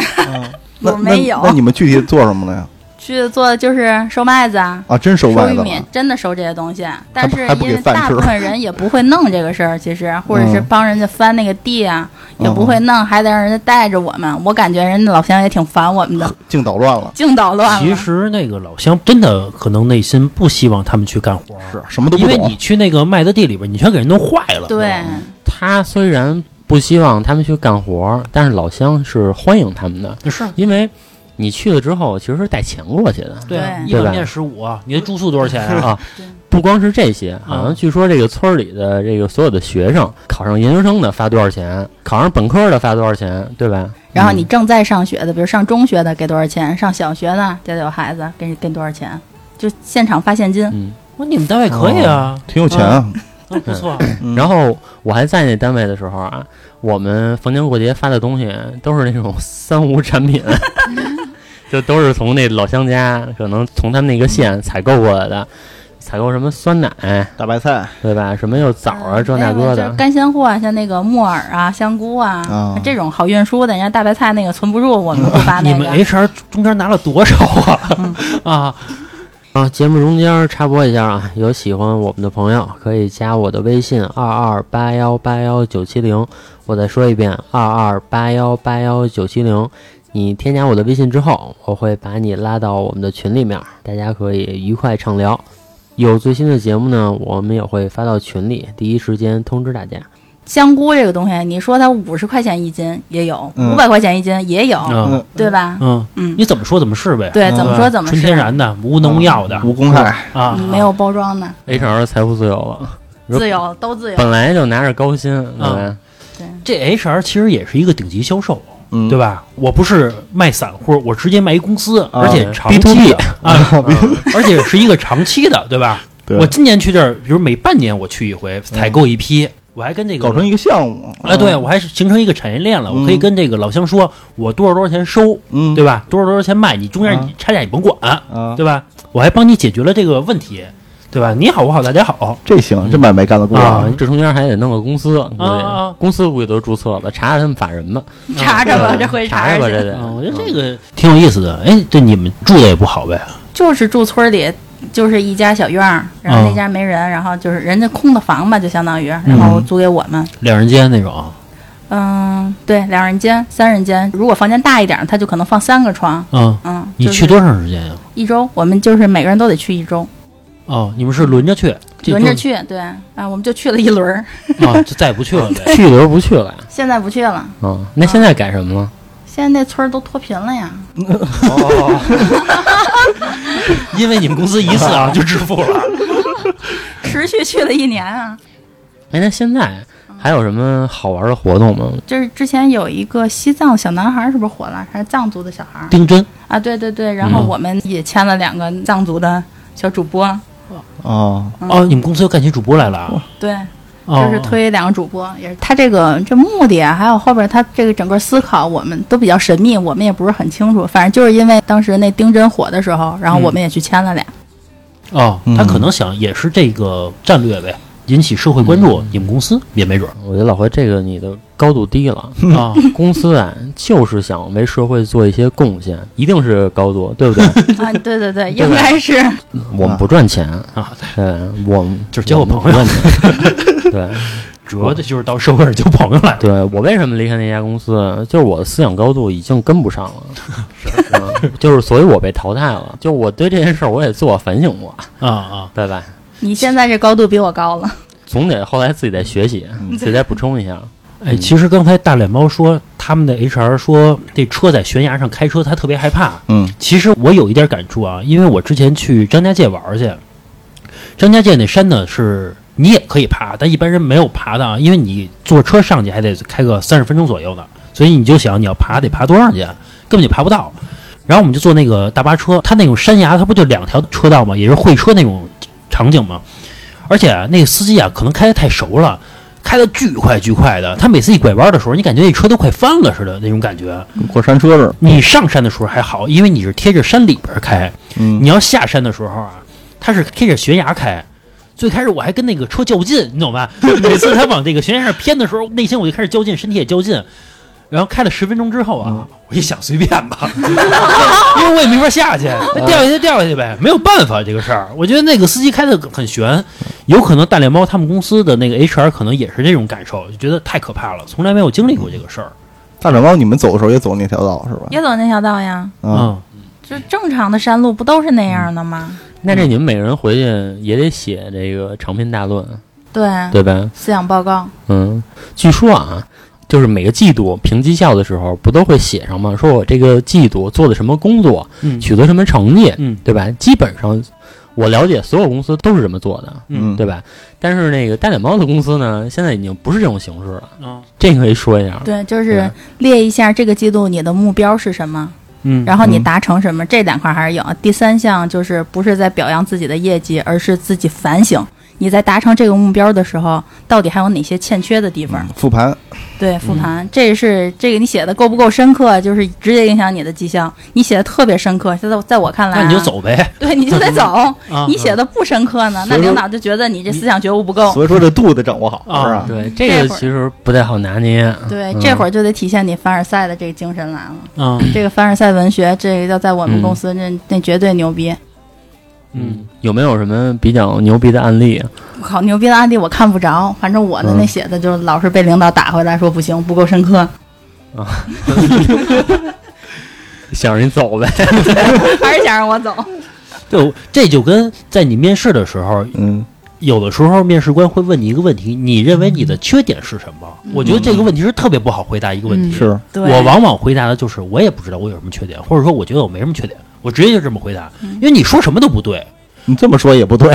那
我没有
那那你们具体做什么了呀？
去做的就是收麦子啊。
啊，真收
收
外
玉
的
米
了，
真的收这些东西，啊但是
还不
因
给
为
饭
大
吃
部分人也不会弄这个事儿，其实或者是
嗯
帮人家翻那个地啊，也
嗯
不会弄，还得让人家带着我们。我感觉人家老乡也挺烦我们的，
净捣乱了，
净捣乱
其
了。
实那个老乡真的可能内心不希望他们去干活，
是什么都
因
不
为
懂
你，去那个麦子地里边，你全给人弄坏了。
对，
嗯
他虽然不希望他们去干活儿，但是老乡是欢迎他们的，
是
因为你去了之后其实是带钱过去的。
对啊，
对
一碗面十五，你的住宿多少钱 啊？
啊，不光是这些，好像据说这个村儿里的这个所有的学生，考上研究生的发多少钱，考上本科的发多少钱，对吧？
然后
嗯
你正在上学的，比如上中学的给多少钱，上小学的家里有孩子给给多少钱，就现场发现金。
嗯，
我说你们单位可以啊，
挺有钱啊，
嗯不错。
嗯
然后我还在那单位的时候啊，我们逢年过节发的东西都是那种三无产品， 就都是从那老乡家，可能从他们那个县采购过来的，采购什么酸奶，
大白菜
对吧？什么又枣啊，这
嗯没
那
有
个
就是
的，
干鲜货啊，像那个木耳啊、香菇啊，
啊
这种好运输的，人家大白菜那个存不住，我们不 发
你
那
们哎
个。
HR 中间拿了多少啊？
嗯
啊，
啊，节目中间插播一下啊，有喜欢我们的朋友可以加我的微信二二八幺八幺九七零，我再说一遍二二八幺八幺九七零。你添加我的微信之后，我会把你拉到我们的群里面，大家可以愉快畅聊。有最新的节目呢，我们也会发到群里，第一时间通知大家。
香菇这个东西，你说它五十块钱一斤也有，
嗯
五百块钱一斤也有，
嗯
对吧？
嗯，
嗯，
你怎么说怎么是呗。
对，
嗯
怎么说怎么
纯天
是，
然的，无农药的
无公害，
啊，
嗯没有包装的，
HR 财富自由了，如
自由都自由。
本来就拿着高薪，对吧？
啊这 HR 其实也是一个顶级销售，
嗯，啊
对吧？我不是卖散户，我直接卖一公司，而且长
B2B
期的 啊，而且是一个长期的，对吧？
对嗯
我今年去这儿，比如每半年我去一回，采购一批，我还跟那个
搞成一个项目，
哎，对，我还是形成一个产业链了。我可以
嗯
跟这个老乡说，我多少多少钱收，
嗯，
对吧？多少多少钱卖，你中间
嗯
你差价你甭管，
啊，
对吧？我还帮你解决了这个问题，对吧？你好，我好，大家好。
这行，这买卖干得过
啊
这中间还得弄个公司，估计
啊啊
公司估计都注册了，查查他们法人吧，
查着吧，这回
呃嗯查查吧，
去。
这得。
啊，我觉得这个挺有意思的。哎，对，你们住的也不好呗？
就是住村里，就是一家小院儿，然后那家没人，然后就是人家空的房吧，就相当于，然后租给我们。
两人间那种，啊
嗯对，两人间、三人间，如果房间大一点儿，他就可能放三个床。
嗯，
嗯，
你
就是
去多长时间呀？
一周，我们就是每个人都得去一周。
哦，你们是轮着去，这
轮着
就
去，对啊，我们就去了一轮儿，
啊，就再也不去了呗。
去留不去了呀？
现在不去了，
嗯，那现在改什么了？
现在那村儿都脱贫了呀。
因为你们公司一次 啊就致富了，
持续去了一年啊。
哎，那现在还有什么好玩的活动吗？
就是之前有一个西藏小男孩，是不是火了？还是藏族的小孩儿
丁真
啊？对对对，然后
嗯
我们也签了两个藏族的小主播，
哦，
哦，你们公司又干起主播来了啊？
对，
哦
就是推两个主播，也是他这个这目的啊，还有后边他这个整个思考，我们都比较神秘，我们也不是很清楚。反正就是因为当时那丁真火的时候，然后我们也去签了俩。
哦，
嗯
他可能想也是这个战略呗，引起社会关注，你们公司也没准儿
我觉得老何这个你的高度低 了，
啊。
公司啊就是想为社会做一些贡献，一定是高度，对不对？
啊，对对对，应该是
我们不赚钱
啊，
对，我 们
就是交个朋友
我们不赚 钱对
主要的就是到社会上交朋友来了。
对，我为什么离开那家公司？啊就是我的思想高度已经跟不上 了，嗯就是所以我被淘汰了。就我对这件事儿我也自我反省过，
啊啊，
对吧？
你现在这高度比我高了。
总得后来自己得学习，自己再补充一下。
哎，其实刚才大脸猫说他们的 HR 说这车在悬崖上开车，他特别害怕。
嗯，
其实我有一点感触啊，因为我之前去张家界玩儿去，张家界那山呢是你也可以爬，但一般人没有爬的啊，因为你坐车上去还得开个三十分钟左右呢，所以你就想你要爬得爬多上去，啊根本就爬不到。然后我们就坐那个大巴车，它那种山崖，它不就两条车道嘛，也是会车那种场景嘛。而且啊那个司机啊，可能开得太熟了，开得巨快巨快的。他每次一拐弯的时候，你感觉那车都快翻了似的那种感觉。
跟过山车似的，
你上山的时候还好，因为你是贴着山里边开，
嗯
你要下山的时候啊，它是贴着悬崖开。最开始我还跟那个车较劲，你懂吧？ 每次它往这个悬崖上偏的时候，内心我就开始较劲，身体也较劲。然后开了十分钟之后啊，我一想随便 吧，因为我也没法下去，掉下去就掉下去呗，没有办法这个事儿。我觉得那个司机开的很悬，有可能大脸猫他们公司的那个 HR 可能也是这种感受，就觉得太可怕了，从来没有经历过这个事儿。
大展猫，你们走的时候也走那条道是吧？
也走那条道呀，
嗯
啊，
就正常的山路不都是那样的吗？
那这你们每个人回去也得写这个长篇大论，
对，
对吧？
思想报告。
嗯，据说啊，就是每个季度评绩效的时候，不都会写上吗？说我这个季度做的什么工作，
嗯
取得什么成绩，
嗯
对吧？基本上我了解，所有公司都是这么做的，
嗯，
对吧？但是那个大脸猫的公司呢，现在已经不是这种形式了，
嗯
这个可以说一下。
对，就
对
是列一下这个季度你的目标是什么，
嗯
然后你
嗯
达成什么，这两块还是有。第三项就是不是在表扬自己的业绩，而是自己反省你在达成这个目标的时候，到底还有哪些欠缺的地方。
嗯复盘，
对，复盘，这是这个你写的够不够深刻，就是直接影响你的绩效。你写的特别深刻，现在在我看来、啊
那你就，走呗。
对你就得走。
啊
你写的不深刻呢，那
所以说
领导就觉得你这思想觉悟不够。
所以说这度得掌握好，
啊
是吧？
对，这个
这会儿
其实不太好拿捏。
对，这会儿就得体现你凡尔赛的这个精神来了。
嗯
这个凡尔赛文学，这个要在我们
嗯
公司，那那绝对牛逼！
嗯，
有没有什么比较牛逼的案例啊？
我靠，牛逼的案例我看不着，反正我的那
嗯
写的就老是被领导打回来说不行，不够深刻，
想让你走呗。
还是想让我走。
对，我这就跟在你面试的时候，
嗯，
有的时候面试官会问你一个问题，你认为你的缺点是什么？我觉得这个问题是特别不好回答一个问题。
嗯
是，
嗯对，
我往往回答的就是我也不知道我有什么缺点，或者说我觉得我没什么缺点，我直接就这么回答，
嗯
因为你说什么都不对，呃
你这么说也不对，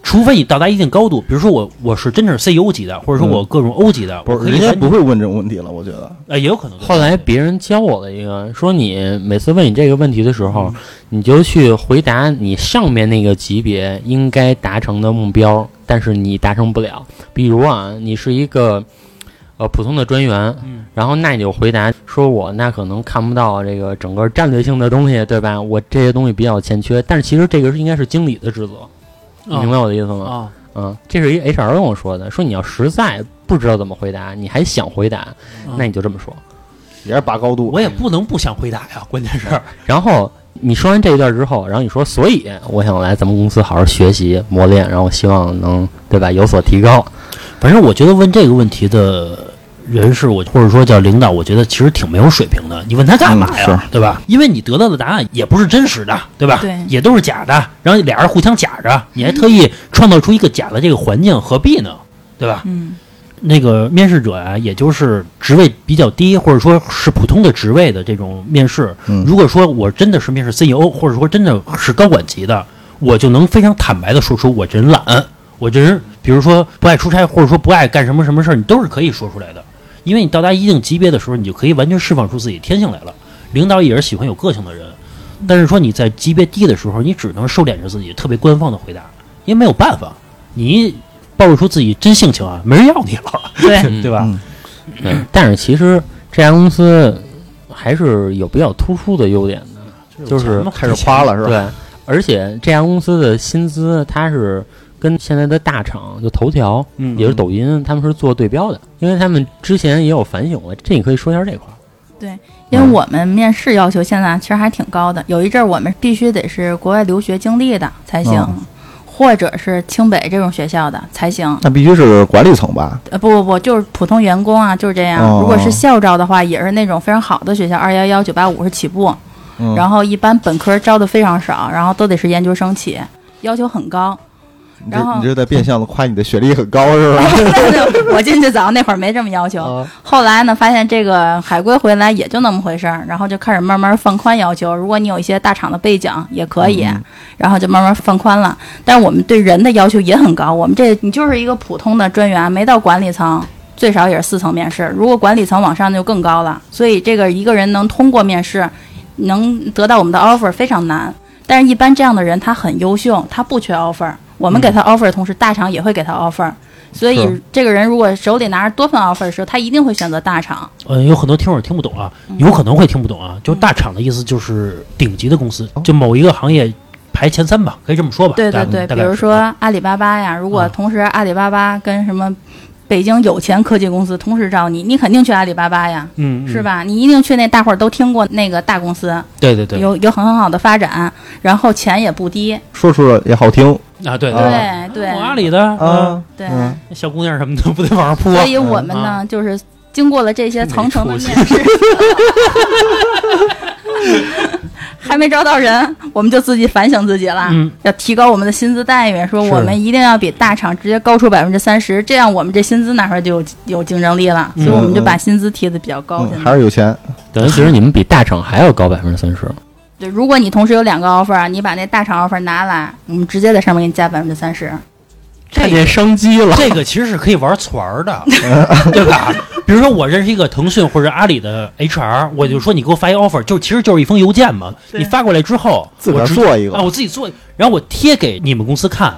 除非你到达一定高度，比如说我我是真正 CEO 级的，或者说我各种 O 级的，我
不
可
是，
以
人家
跟
不会问这种问题了，我觉得，
呃也有可能。
后来别人教我了一个，说你每次问你这个问题的时候，你就去回答你上面那个级别应该达成的目标，但是你达成不了。比如啊，你是一个呃普通的专员，
嗯
然后那你就回答说我那可能看不到这个整个战略性的东西，对吧？我这些东西比较欠缺，但是其实这个是应该是经理的职责，你明白我的意思吗？
啊
嗯，这是一 HR 跟我说的，说你要实在不知道怎么回答，你还想回答，那你就这么说。
也是拔高度，
我也不能不想回答呀，关键是
然后你说完这一段之后，然后你说，所以我想来咱们公司好好学习磨练，然后希望能对吧有所提高。
反正我觉得问这个问题的人事我或者说叫领导，我觉得其实挺没有水平的。你问他干嘛呀，
嗯
对吧？因为你得到的答案也不是真实的，对吧？
对
也都是假的。然后俩人互相假着，你还特意创造出一个假的这个环境，何必呢？对吧？
嗯，
那个面试者啊，也就是职位比较低，或者说是普通的职位的这种面试。
嗯
如果说我真的是面试 CEO，或者说真的是高管级的，我就能非常坦白的说出我这人懒，我这人比如说不爱出差，或者说不爱干什么什么事儿，你都是可以说出来的。因为你到达一定级别的时候，你就可以完全释放出自己天性来了。领导也是喜欢有个性的人，但是说你在级别低的时候，你只能收敛着自己，特别官方的回答，因为没有办法，你暴露出自己真性情啊，没人要你了。
对，
对吧？
嗯
对，但是其实这家公司还是有比较突出的优点的，就是
开
啊
始夸了是吧？
对，而且这家公司的薪资它是跟现在的大厂就头条
嗯
也是抖音他们是做对标的，因为他们之前也有反省了，这你可以说一下这块儿。
因为我们面试要求现在其实还挺高的，有一阵儿我们必须得是国外留学经历的才行，
嗯
或者是清北这种学校的才行。
那必须是管理层吧？
呃，不不不，就是普通员工啊，就是这样。
哦
如果是校招的话，也是那种非常好的学校，二幺幺、九八五是起步，
嗯
然后一般本科招的非常少，然后都得是研究生起，要求很高。
你
然
这
后嗯
你这在变相的夸你的学历很高是吧？ 哦
我进去早，那会儿没这么要求。后来呢，发现这个海归回来也就那么回事儿，然后就开始慢慢放宽要求。如果你有一些大厂的背景也可以，
嗯
然后就慢慢放宽了。但是我们对人的要求也很高，我们这你就是一个普通的专员，没到管理层。最少也是四层面试，如果管理层往上就更高了。所以这个一个人能通过面试，能得到我们的 offer 非常难。但是，一般这样的人他很优秀，他不缺 offer。我们给他
嗯
offer 的同时，大厂也会给他 offer。所以
是，
这个人如果手里拿着多份 offer 的时候，他一定会选择大厂。
呃，有很多听友听不懂啊，
嗯
有可能会听不懂啊。就是大厂的意思就是顶级的公司，就某一个行业排前三吧，可以这么说吧。
对对
大
对，
大
比
概
如
是这样
说阿里巴巴呀，如果
啊
同时阿里巴巴跟什么北京有钱科技公司同时招你，你肯定去阿里巴巴呀，
嗯，嗯
是？吧？你一定去那大伙儿都听过那个大公司，
对对对，
有有很好的发展，然后钱也不低。
说出来也好听
啊，对
啊
对对
我阿里的
啊，。
对，
嗯
嗯小姑娘什么的不得往上扑啊
所以我们呢，就是经过了这些层层的面试， 还没招到人，我们就自己反省自己了，
嗯
要提高我们的薪资待遇，说
是
我们一定要比大厂直接高出百分之三十，这样我们这薪资拿出来就有有竞争力了，所以我们就把薪资提的比较高。现
嗯，
在
还是有钱，
等于其实你们比大厂还要高百分之三十，
对，如果你同时有两个 offer，你把那大厂 offer 拿来，我们直接在上面给你加百分之三十。
看见商机了。
这个其实是可以玩团儿的， 对吧？比如说我认识一个腾讯或者阿里的 HR，我就说你给我发一 offer，就其实就是一封邮件嘛。
对
你发过来之后，
自个
我
儿
直
做一个
啊，我自己做，然后我贴给你们公司看，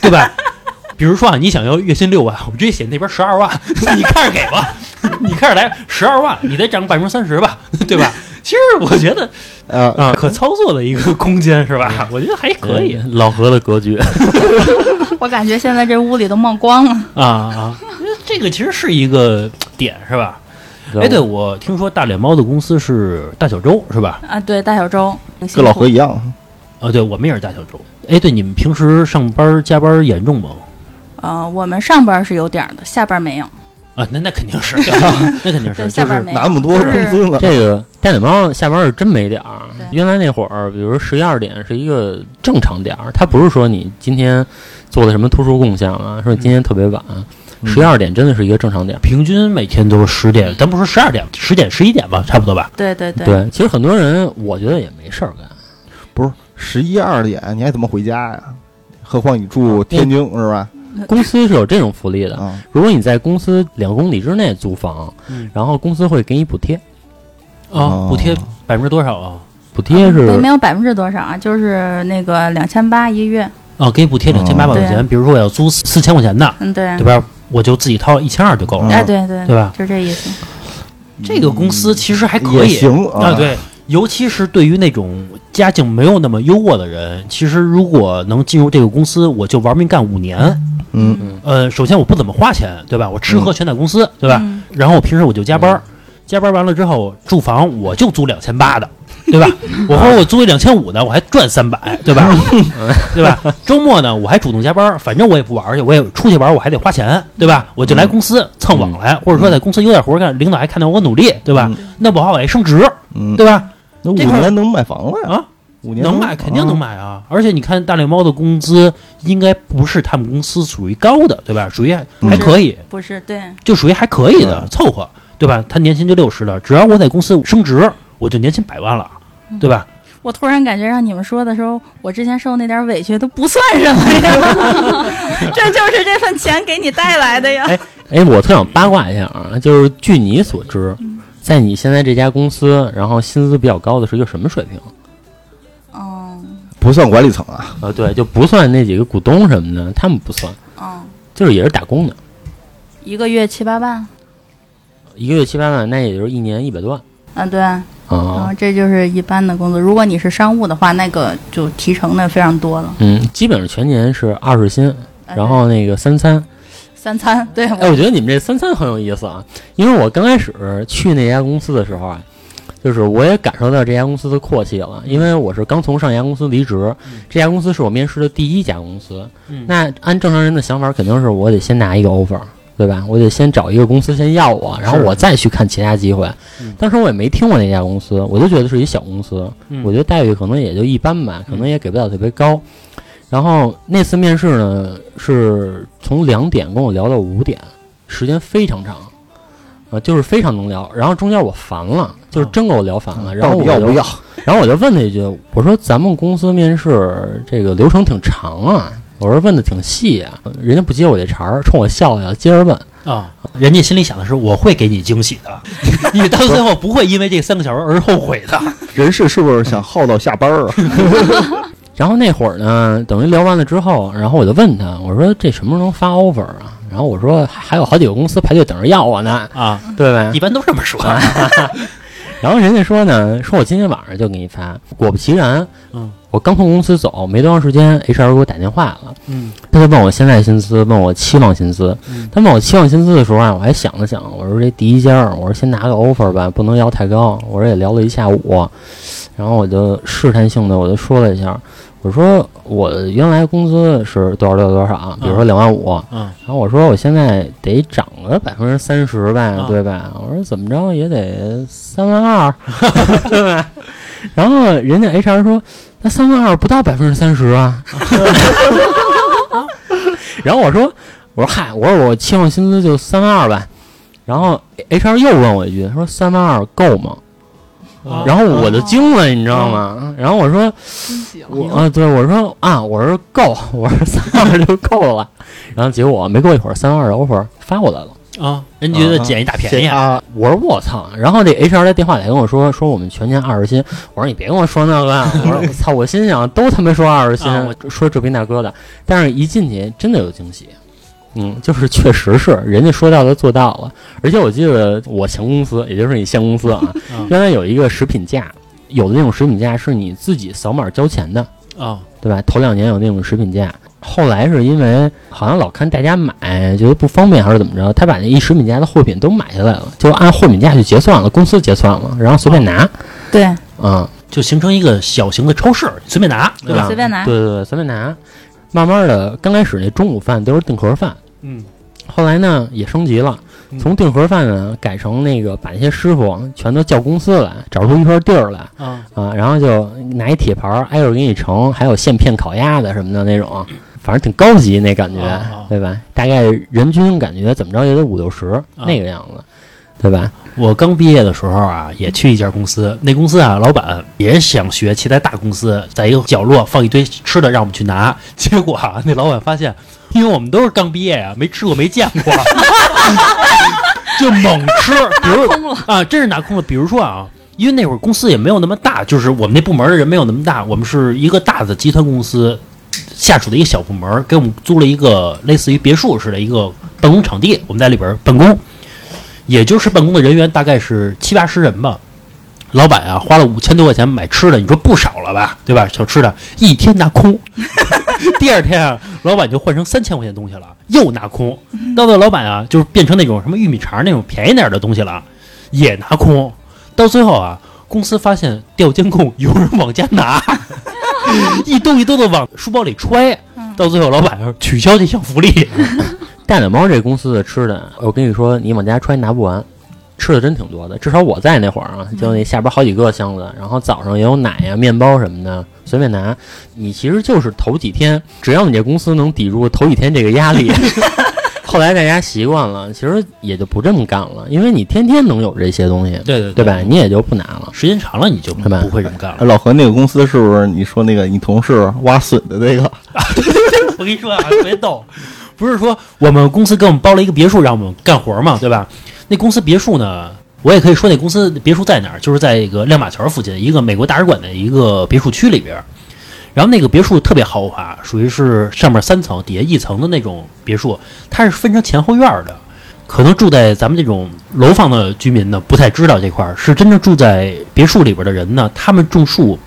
对吧？ 比如说啊，你想要月薪六万，我直接写那边十二万，你看着给吧，你看着来十二万，你得涨百分之三十吧，对吧？其实我觉得
啊，
啊，可操作的一个空间是吧？我觉得还可以，
老何的格局，
我感觉现在这屋里都冒光了。
嗯
啊啊，这个其实是一个点是吧？哎，对，我听说大脸猫的公司是大小周，是吧？
啊，对，大小周
跟老何一样，
啊，对，我们也是大小周。哎，对，你们平时上班加班严重吗？
呃，我们上班是有点儿的，下班没有。
啊，那那肯定 是，那肯定是，
对，
就
下班
是
没有。
拿那么多
就
工
是
资 了，
这个大脸猫下班是真没点儿
对。
原来那会儿，比如十一二点是一个正常点儿，他不是说你今天做的什么突出贡献啊，说你今天特别晚，十一二点真的是一个正常点儿。
平均每天都十点，咱不说十二点，十点十一点吧，差不多吧。
对对对，
对，其实很多人我觉得也没事儿干，
不是十一二点，你还怎么回家呀？何况你
嗯
住天津是吧？
公司是有这种福利的。
啊，
如果你在公司两公里之内租房，
嗯
然后公司会给你补贴，
啊
哦，
补贴百分之多少啊？
补贴
对没
是
有百分之多少啊，就是那个两千八一月。
啊，给你补贴两千八百块
哦
钱，比如说我要租四千块钱的，
嗯，对
对，吧？我就自己掏一千二就够
嗯
了。
哎，对对
对吧
就这意思。
这个公司其实还可
也
以，
行
啊，，对，尤其是对于那种家境没有那么优渥的人，其实如果能进入这个公司，我就玩命干五年。
嗯，
呃，首先我不怎么花钱，对吧？我吃喝全在公司，对吧？
嗯
嗯
然后我平时我就加班儿，加班完了之后住房我就租两千八的，对吧？我或者我租一两千五的，我还赚三百，对 吧？对吧？周末呢，我还主动加班，反正我也不玩儿去，我也出去玩儿，我还得花钱，对吧？我就来
嗯
公司蹭往来，或者说在公司有点活儿干，领导还看到我努力，对吧？那不好，我还升职，
嗯，
对吧？
那五
这块儿
年能买房了呀？
啊，
五年
能买肯定能
买。
买啊！而且你看大脸猫的工资应该不是他们公司属于高的，对吧？属于还还可以，
不是对，
就属于还可以的，凑合，对吧？他年薪就六十了，只要我在公司升职，我就年薪百万了，对吧？
我突然感觉让你们说的时候，我之前受那点委屈都不算什么呀， 这就是这份钱给你带来的呀。
哎，我特想八卦一下啊，就是据你所知，在你现在这家公司，然后薪资比较高的是一个什么水平？
嗯
不算管理层啊，
啊，对，就不算那几个股东什么的，他们不算，
嗯，
就是也是打工的，
一个月七八万，
一个月七八万，那也就是一年一百多万
嗯对，然
啊
后。这就是一般的工作。如果你是商务的话，那个就提成的非常多了。
嗯，基本上全年是二十薪，
嗯
然后那个三餐。
三餐，对
哎，
我
我觉得你们这三餐很有意思啊，因为我刚开始去那家公司的时候啊，就是我也感受到这家公司的阔气了，因为我是刚从上一家公司离职，这家公司是我面试的第一家公司。
嗯
那按正常人的想法，肯定是我得先拿一个 offer，对吧？我得先找一个公司先要我，然后我再去看其他机会
嗯。
当时我也没听过那家公司，我就觉得是一小公司，
嗯
我觉得待遇可能也就一般吧，可能
嗯
也给不了特别高。然后那次面试呢，是从两点跟我聊到五点，时间非常长，啊、就是非常能聊。然后中间我烦了，就是真给我聊烦了。然后
啊到
我
底要
就
不要？
然后我就问他一句，我说咱们公司面试这个流程挺长啊，我说问的挺细啊，人家不接我这茬儿，冲我笑笑，接着问。
啊，人家心里想的是我会给你惊喜 的，你到最后不会因为这三个小时而后悔的。
人事是不是想耗到下班儿啊？
然后那会儿呢，等于聊完了之后，然后我就问他，我说这什么时候能发 offer 啊？然后我说还有好几个公司排队等着要我呢，
啊，
对呗？
一般都这么说。
然后人家说呢，说我今天晚上就给你发。果不其然，
嗯，
我刚从公司走没多长时间，HR 给我打电话了，
嗯，
他就问我现在薪资，问我期望薪资。
嗯
他问我期望薪资的时候啊，我还想了想，我说这第一家，我说先拿个 offer 吧，不能要太高。我说也聊了一下午，然后我就试探性的我就说了一下，我说我原来工资是多少多少多少，比如说两万五，
嗯
然后我说我现在得涨个百分之三十呗，
啊
对吧？我说怎么着也得三万二， 对吧？然后人家 HR 说那三万二不到百分之三十啊。 然后我说我说嗨，我说我期望薪资就三万二吧。然后 HR 又问我一句，他说三万二够吗？
啊
然后我就惊了，你知道吗？然后我说
惊喜了。
我啊，对我说啊，我说够，我说三万就够了。然后结果没过一会儿，三万二 offer 发过来了。
啊，人觉得捡一大便宜
啊！我说我操！然后这 HR 在电话里还跟我说说我们全年二十薪。我说你别跟我说那个，我说我操！我心想都他妈说二十薪
啊，
说这逼大哥的。但是一进去真的有惊喜，嗯，就是确实是人家说到的做到了。而且我记得我前公司，也就是你现公司啊
啊，
原来有一个食品价，有的那种食品价是你自己扫码交钱的。
啊
对吧？头两年有那种食品价，后来是因为好像老看大家买，觉得不方便还是怎么着，他把那一食品价的货品都买下来了，就按货品价去结算了，公司结算了，然后随便拿，
对
嗯，
就形成一个小型的超市，随便拿，对
对吧
吧？
随便拿
对对对，随便拿。慢慢的，刚开始那中午饭都是订盒饭，
嗯，
后来呢也升级了，从订盒饭呢改成那个把那些师傅全都叫公司来，找出一块地儿来
啊
啊，然后就拿一铁盘儿挨个给你盛，还有现片烤鸭的什么的那种，反正挺高级那感觉，
啊啊
对吧？大概人均感觉怎么着也得五六十、那个样子，对吧？
我刚毕业的时候啊，也去一家公司，那公司啊，老板也想学其他大公司，在一个角落放一堆吃的让我们去拿。 结果啊，那老板发现，因为我们都是刚毕业啊，没吃过没见过， 就猛吃，比如啊，真是拿空了。比如说啊。因为那会儿公司也没有那么大，就是我们那部门的人没有那么大，我们是一个大的集团公司下属的一个小部门，给我们租了一个类似于别墅似的一个办公场地，我们在里边办公。也就是办公的人员大概是七八十人吧。老板啊，花了五千多块钱买吃的，你说不少了吧，对吧？小吃的一天拿空， 第二天啊，老板就换成三千块钱东西了，又拿空。到最后，老板啊，就是变成那种什么玉米肠那种便宜点儿的东西了，也拿空。到最后啊，公司发现调监控有人往家拿， 一兜一兜的往书包里揣，
嗯
到最后老板要取消这项福利。
大脸猫这公司的吃的，我跟你说，你往家揣拿不完，吃的真挺多的。至少我在那会儿啊，就那下边好几个箱子，然后早上也有奶呀、面包什么的，随便拿。你其实就是头几天，只要你这公司能抵住头几天这个压力，后来大家习惯了，其实也就不这么干了，因为你天天能有这些东西，
对对
对吧？？你也就不拿了。
时间长了你就
对吧
不会这么干了。
老何那个公司是不是你说那个你同事挖笋的那个？
我跟你说啊，特别逗， 不是说我们公司给我们包了一个别墅让我们干活嘛，对吧？那公司别墅呢，我也可以说那公司别墅在哪儿，就是在一个亮马桥附近一个美国大使馆的一个别墅区里边儿。然后那个别墅特别豪华，属于是上面三层底下一层的那种别墅，它是分成前后院儿的。可能住在咱们这种楼房的居民呢，不太知道这块儿是真正住在别墅里边的人呢，他们种树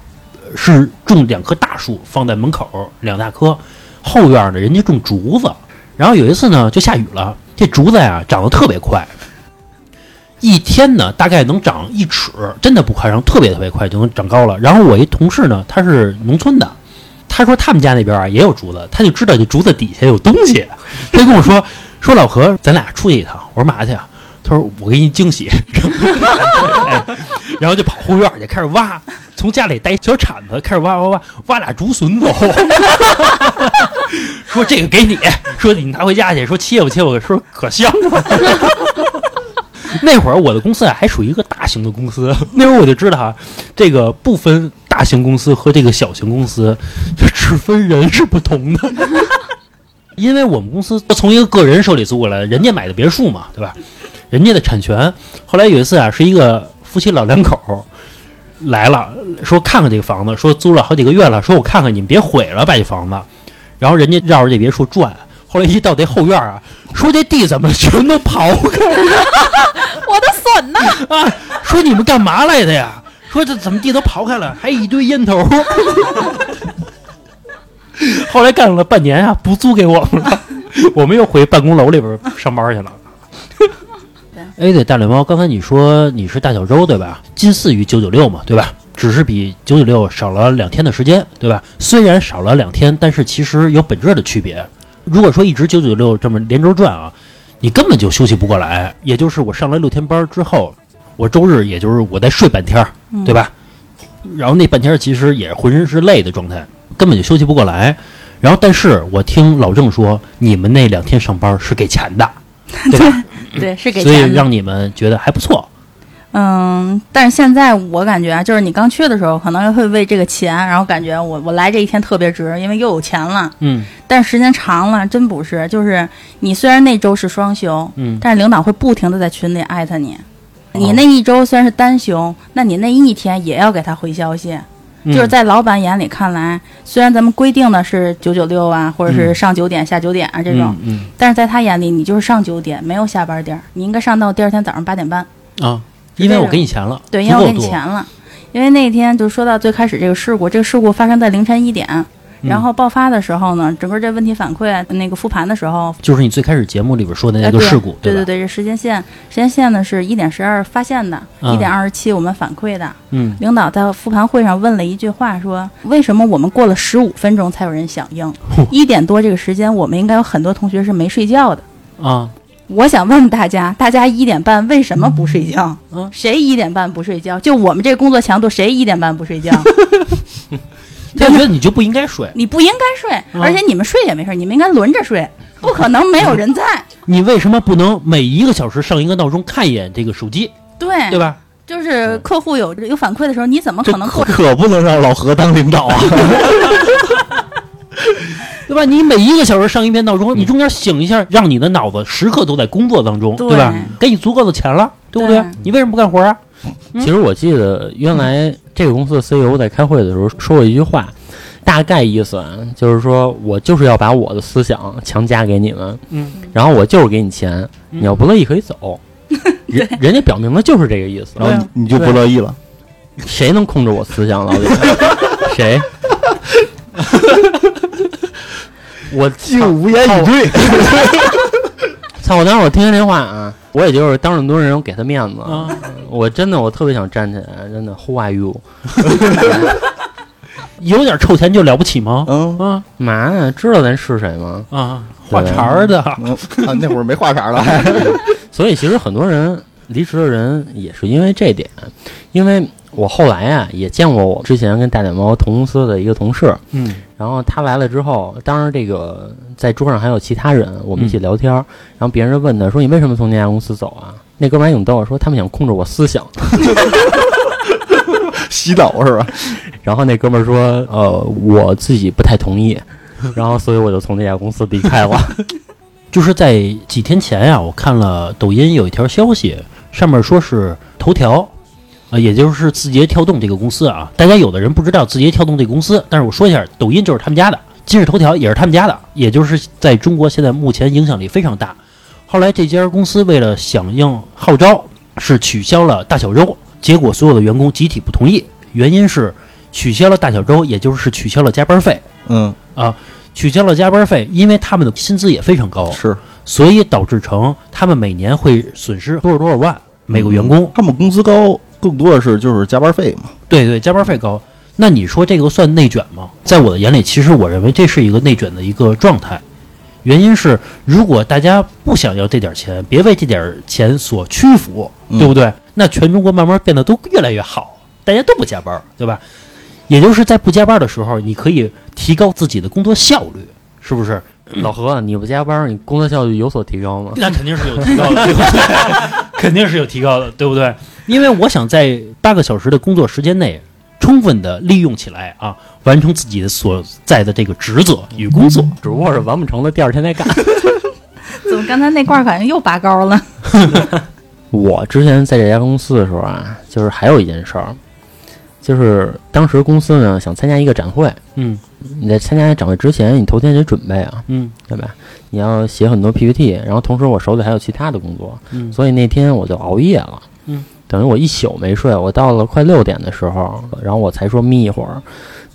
呃是种两棵大树放在门口儿两大棵，后院呢，人家种竹子，然后有一次呢就下雨了，这竹子呀、长得特别快，一天呢大概能长一尺，真的不夸张，特别特别快就能长高了。然后我一同事呢，他是农村的，他说他们家那边啊也有竹子，他就知道这竹子底下有东西，他就跟我说说老何，咱俩出去一趟，我说嘛去啊？他说我给你惊喜，哎然后就跑后院去开始挖，从家里带一小铲子开始挖挖挖，挖俩竹笋走。说这个给你，说你拿回家去，说切吧切吧，说可香了。 那会儿我的公司啊还属于一个大型的公司，那会儿我就知道啊，这个不分大型公司和这个小型公司，就只分人是不同的。 因为我们公司从一个个人手里租过来，人家买的别墅嘛，对吧？人家的产权。后来有一次啊，是一个夫妻老两口儿来了，说看看这个房子，说租了好几个月了，说我看看你们别毁了吧这房子。然后人家绕着这别墅转，后来一到这后院儿啊，说这地怎么全都刨开
我的笋呢？
啊？说你们干嘛来的呀？说这怎么地都刨开了，还一堆烟头。 后来干了半年啊，不租给我们了， 我们又回办公楼里边上班去了。哎，对，大脸猫，刚才你说你是大小周对吧？近似于九九六嘛，对吧？只是比九九六少了两天的时间，对吧？虽然少了两天，但是其实有本质的区别。如果说一直九九六这么连轴转啊，你根本就休息不过来。也就是我上了六天班之后，我周日也就是我再睡半天儿，
嗯
对吧？然后那半天儿其实也是浑身是累的状态，根本就休息不过来。然后，但是我听老郑说，你们那两天上班是给钱的，对吧？
对，是给
所以
钱的。
让你们觉得还不错。
嗯，但是现在我感觉啊，就是你刚去的时候，可能会为这个钱，然后感觉我我来这一天特别值，因为又有钱了。
嗯
但时间长了，真不是，就是你虽然那周是双休，
嗯，哦
但是领导会不停的在群里艾特你。你那一周虽然是单休，那你那一天也要给他回消息。
嗯
就是在老板眼里看来，虽然咱们规定的是九九六啊，或者是
嗯
上九点下九点啊这种，
嗯
但是在他眼里，你就是上九点，没有下班点儿，你应该上到第二天早上八点半。
嗯啊，因为我给你钱了，
对，
足
因为
够
我给你
多
钱了。因为那天就说到最开始这个事故，这个事故发生在凌晨一点，
嗯
然后爆发的时候呢，整个这问题反馈啊那个复盘的时候，
就是你最开始节目里边说的
哎
那个
对
事故，
对
吧？
对，这时间线，时间线呢是一点十二发现的，
嗯
一点二十七我们反馈的。
嗯
领导在复盘会上问了一句话，说为什么我们过了十五分钟才有人响 应？一点多这个时间，我们应该有很多同学是没睡觉的。
啊，
我想问问大家，大家一点半为什么不睡觉？
嗯
谁一点半不睡觉？就我们这工作强度，谁一点半不睡觉？
他就觉得你就不应该睡，
你不应该睡，而且你们睡也没事，你们应该轮着睡，不可能没有人在。
你为什么不能每一个小时上一个闹钟看一眼这个手机，
对，
对吧？
就是客户有有反馈的时候，你怎么
这
可能
可
过？
可不能让老何当领导啊！
对吧？你每一个小时上一遍闹
嗯
钟，你中间醒一下，让你的脑子时刻都在工作当中，
对
对吧？给你足够的钱了，对不对
对？
你为什么不干活啊？
嗯
其实我记得原来这个公司的 CEO 在开会的时候说过一句话，大概意思啊就是说我就是要把我的思想强加给你们，
嗯，
然后我就是给你钱，
嗯
你要不乐意可以 走。人人家表明的就是这个意思，
然后你你就不乐意了，
谁能控制我思想， 老李？谁？我
竟无言以对。 嗯
操！我当时我听见这话啊，我也就是当着很多人我给他面子，
啊，
我真的我特别想站起来，真的 Who are you？
有点臭钱就了不起吗？
嗯
啊
嘛呀，知道咱是谁吗？
啊，画茬儿的，
嗯啊，那会儿没话茬了， 还
所以其实很多人离职的人也是因为这点，因为我后来啊也见过我之前跟大脸猫同公司的一个同事，
嗯
然后他来了之后，当然这个在桌上还有其他人，我们一起聊天儿，然后别人就问他说你为什么从那家公司走啊？那哥们儿还挺逗，说他们想控制我思想。
洗脑是吧？
然后那哥们儿说：“呃，我自己不太同意。”然后，所以我就从那家公司离开了。
就是在几天前呀、我看了抖音有一条消息，上面说是头条，呃，也就是字节跳动这个公司啊。大家有的人不知道字节跳动这个公司，但是我说一下，抖音就是他们家的，今日头条也是他们家的，也就是在中国现在目前影响力非常大。后来这家公司为了响应号召，是取消了大小周，结果所有的员工集体不同意，原因是取消了大小周，也就是取消了加班费。
嗯，
取消了加班费，因为他们的薪资也非常高，
是
所以导致成他们每年会损失多少多少万每个员工。
他们工资高，更多的是就是加班费嘛。
对对，加班费高。那你说这个算内卷吗？在我的眼里，其实我认为这是一个内卷的一个状态。原因是，如果大家不想要这点钱，别为这点钱所屈服，
嗯
对不对？那全中国慢慢变得都越来越好，大家都不加班，对吧？也就是在不加班的时候，你可以提高自己的工作效率，是不是？
老何，你不加班，你工作效率有所提高吗？
那肯定是有提高 的，对不对？肯定是有提高的，对不对？因为我想在八个小时的工作时间内，充分的利用起来啊，完成自己的所在的这个职责与工作。
只不过是完不成了，第二天再干。
怎么刚才那块儿感觉又拔高了？
我之前在这家公司的时候啊，就是还有一件事儿，就是当时公司呢想参加一个展会，
嗯
你在参加展会之前，你头天得准备啊，
嗯
对吧？你要写很多 PPT，然后同时我手里还有其他的工作，
嗯
所以那天我就熬夜了，
嗯，
等于我一宿没睡，我到了快六点的时候，然后我才说眯一会儿。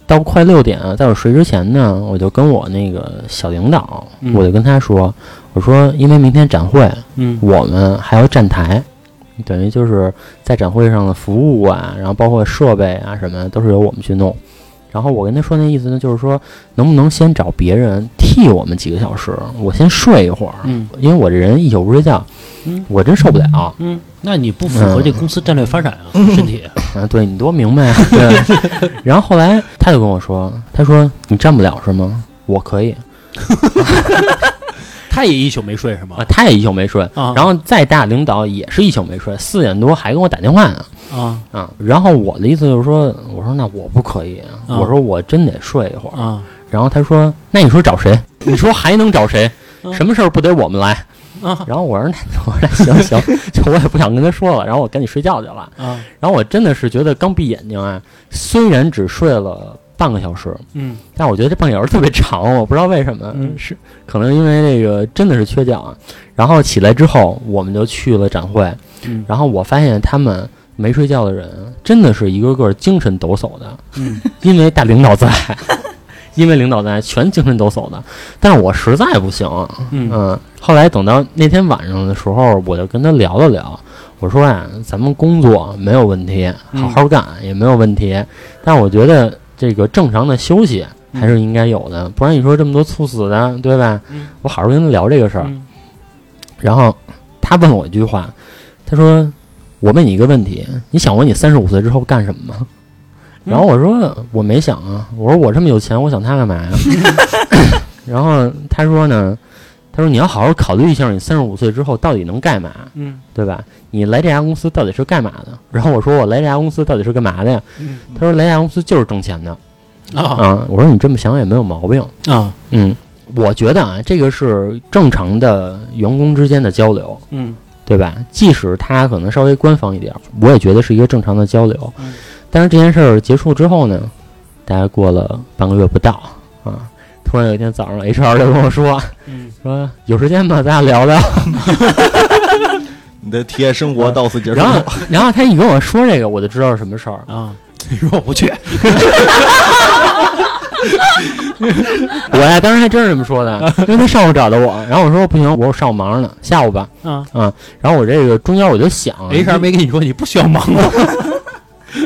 到快六点，在我睡之前呢，我就跟我那个小领导，
嗯
我就跟他说，我说因为明天展会，
嗯
我们还要站台，等于就是在展会上的服务啊，然后包括设备啊什么的，都是由我们去弄。然后我跟他说那意思呢，就是说能不能先找别人替我们几个小时，我先睡一会儿，
嗯
因为我这人一宿不睡觉，
嗯
我真受不了。
嗯，那你不符合这公司战略发展啊，身体。
啊，对你多明白啊！ 对，然后后来他就跟我说，他说你站不了是吗？我可以
他也一宿没睡是
啊，
吗？
他也一宿没睡，
啊
然后再大领导也是一宿没睡，四点多还跟我打电话呢
啊
啊。然后我的意思就是说，我说那我不可以，
啊
我说我真得睡一会儿。
啊
然后他说，那你说找谁？你说还能找谁？
嗯
什么事儿不得我们来？
啊
然后我说那 我说那行行，就我也不想跟他说了，然后我赶紧睡觉去了。
啊
然后我真的是觉得刚闭眼睛啊，虽然只睡了半个小时，
嗯
但我觉得这半个小时特别长，我不知道为什么，
嗯
是可能因为这个真的是缺觉啊。然后起来之后，我们就去了展会，
嗯
然后我发现他们没睡觉的人真的是一个个精神抖擞的，
嗯
因为大领导在， 因为领导在，全精神抖擞的。但是我实在不行，
嗯
嗯，后来等到那天晚上的时候，我就跟他聊了聊，我说呀、咱们工作没有问题，
嗯
好好干也没有问题，但我觉得这个正常的休息还是应该有的，不然你说这么多猝死的，对吧？
嗯
我好好跟他聊这个事儿，
嗯
然后他问我一句话，他说：“我问你一个问题，你想过你三十五岁之后干什么吗？”
嗯
然后我说：“我没想啊，我说我这么有钱，我想他干嘛呀？” 然后他说呢，他说你要好好考虑一下，你三十五岁之后到底能干嘛，
嗯
对吧？你来这家公司到底是干嘛的？然后我说我来这家公司到底是干嘛的呀？
嗯
他说来这家公司就是挣钱的
啊
啊。我说你这么想也没有毛病，
啊
嗯，我觉得啊，这个是正常的员工之间的交流，
嗯
对吧？即使他可能稍微官方一点儿，我也觉得是一个正常的交流
嗯。
但是这件事儿结束之后呢，大概过了半个月不到啊，突然有一天早上，HR 就跟我说
嗯，
说有时间吗？咱俩聊聊。
你的体验生活到此结束
然。后然后他一跟
啊
我说这个，我就知道是什么事儿。
啊，你说我不去，
我呀，当时还真是这么说的，因为他上午找的我，然后我说不行，我上午忙呢，下午吧。
啊
啊，然后我这个中间我就想
，HR 没跟啊你说你不需要忙吗？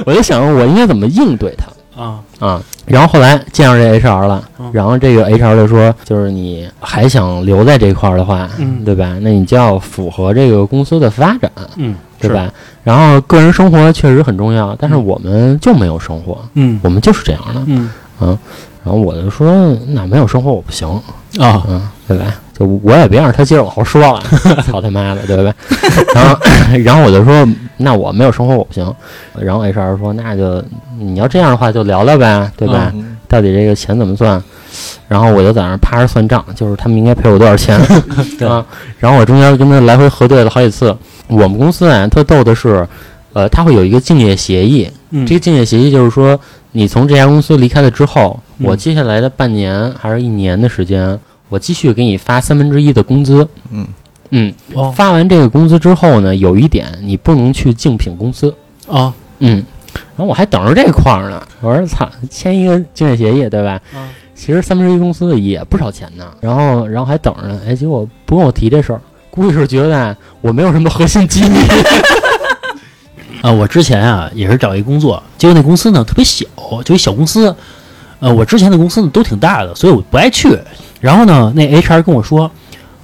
我就想我应该怎么应对他。
啊，
啊，然后后来见上这 HR 了
嗯，
然后这个 HR 就说，就是你还想留在这块儿的话，
嗯
对吧？那你就要符合这个公司的发展，
嗯，
对
是？
吧？然后个人生活确实很重要，但是
嗯
我们就没有生活，
嗯
我们就是这样的。
嗯
然后我就说，那没有生活我不行，
啊，
嗯，对吧？就我也别让他接着往后说了，操他妈的，对吧？ 然后，然后我就说，那我没有生活我不行。然后 HR 说，那就你要这样的话就聊聊呗，对吧？
嗯
到底这个钱怎么算？然后我就在那儿趴着算账，就是他们应该赔我多少钱
对
啊？然后我中间跟他来回核对了好几次。我们公司啊，特逗的是，呃，他会有一个竞业协议，
嗯
这个竞业协议就是说，你从这家公司离开了之后，
嗯
我接下来的半年还是一年的时间，我继续给你发三分之一的工资。
嗯
嗯，
哦
发完这个工资之后呢，有一点你不能去竞品公司。
啊，
嗯，然后我还等着这块儿呢，我说操，签一个竞业协议，对吧？
嗯
其实三分之一公司也不少钱呢，然后然后还等着呢，哎，结果不跟我提这事儿，估计是觉得哎我没有什么核心机密。
啊，我之前啊也是找一工作，结果那公司呢特别小，就一小公司。呃，我之前的公司呢都挺大的，所以我不爱去。然后呢，那 HR 跟我说，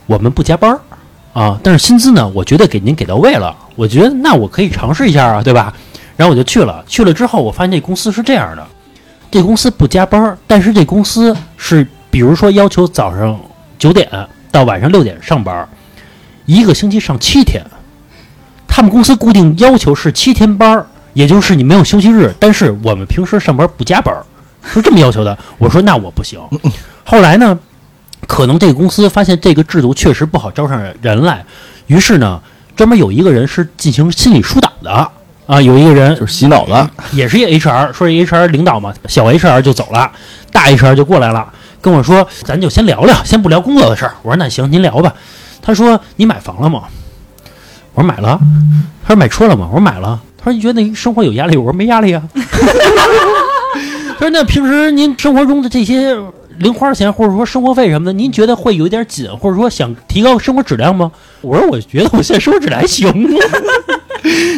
我们不加班儿啊，但是薪资呢，我觉得给您给到位了。我觉得那我可以尝试一下啊，对吧？然后我就去了，去了之后我发现这公司是这样的，这公司不加班儿，但是这公司是比如说要求早上九点到晚上六点上班儿，一个星期上七天。他们公司固定要求是七天班儿，也就是你没有休息日，但是我们平时上班不加班儿，是这么要求的。我说那我不行。
嗯
后来呢，可能这个公司发现这个制度确实不好招上人来，于是呢，专门有一个人是进行心理疏导的啊，有一个人
就是洗脑了，
也是一 HR，说是 HR 领导嘛，小 HR 就走了，大 HR 就过来了，跟我说，咱就先聊聊，先不聊工作的事儿。我说那行，您聊吧。他说你买房了吗？我说买了。他说买车了吗？我说买了。他说你觉得那生活有压力？我说没压力啊。他说那平时您生活中的这些零花钱或者说生活费什么的，您觉得会有一点紧，或者说想提高生活质量吗？我说我觉得我现在生活质量还行。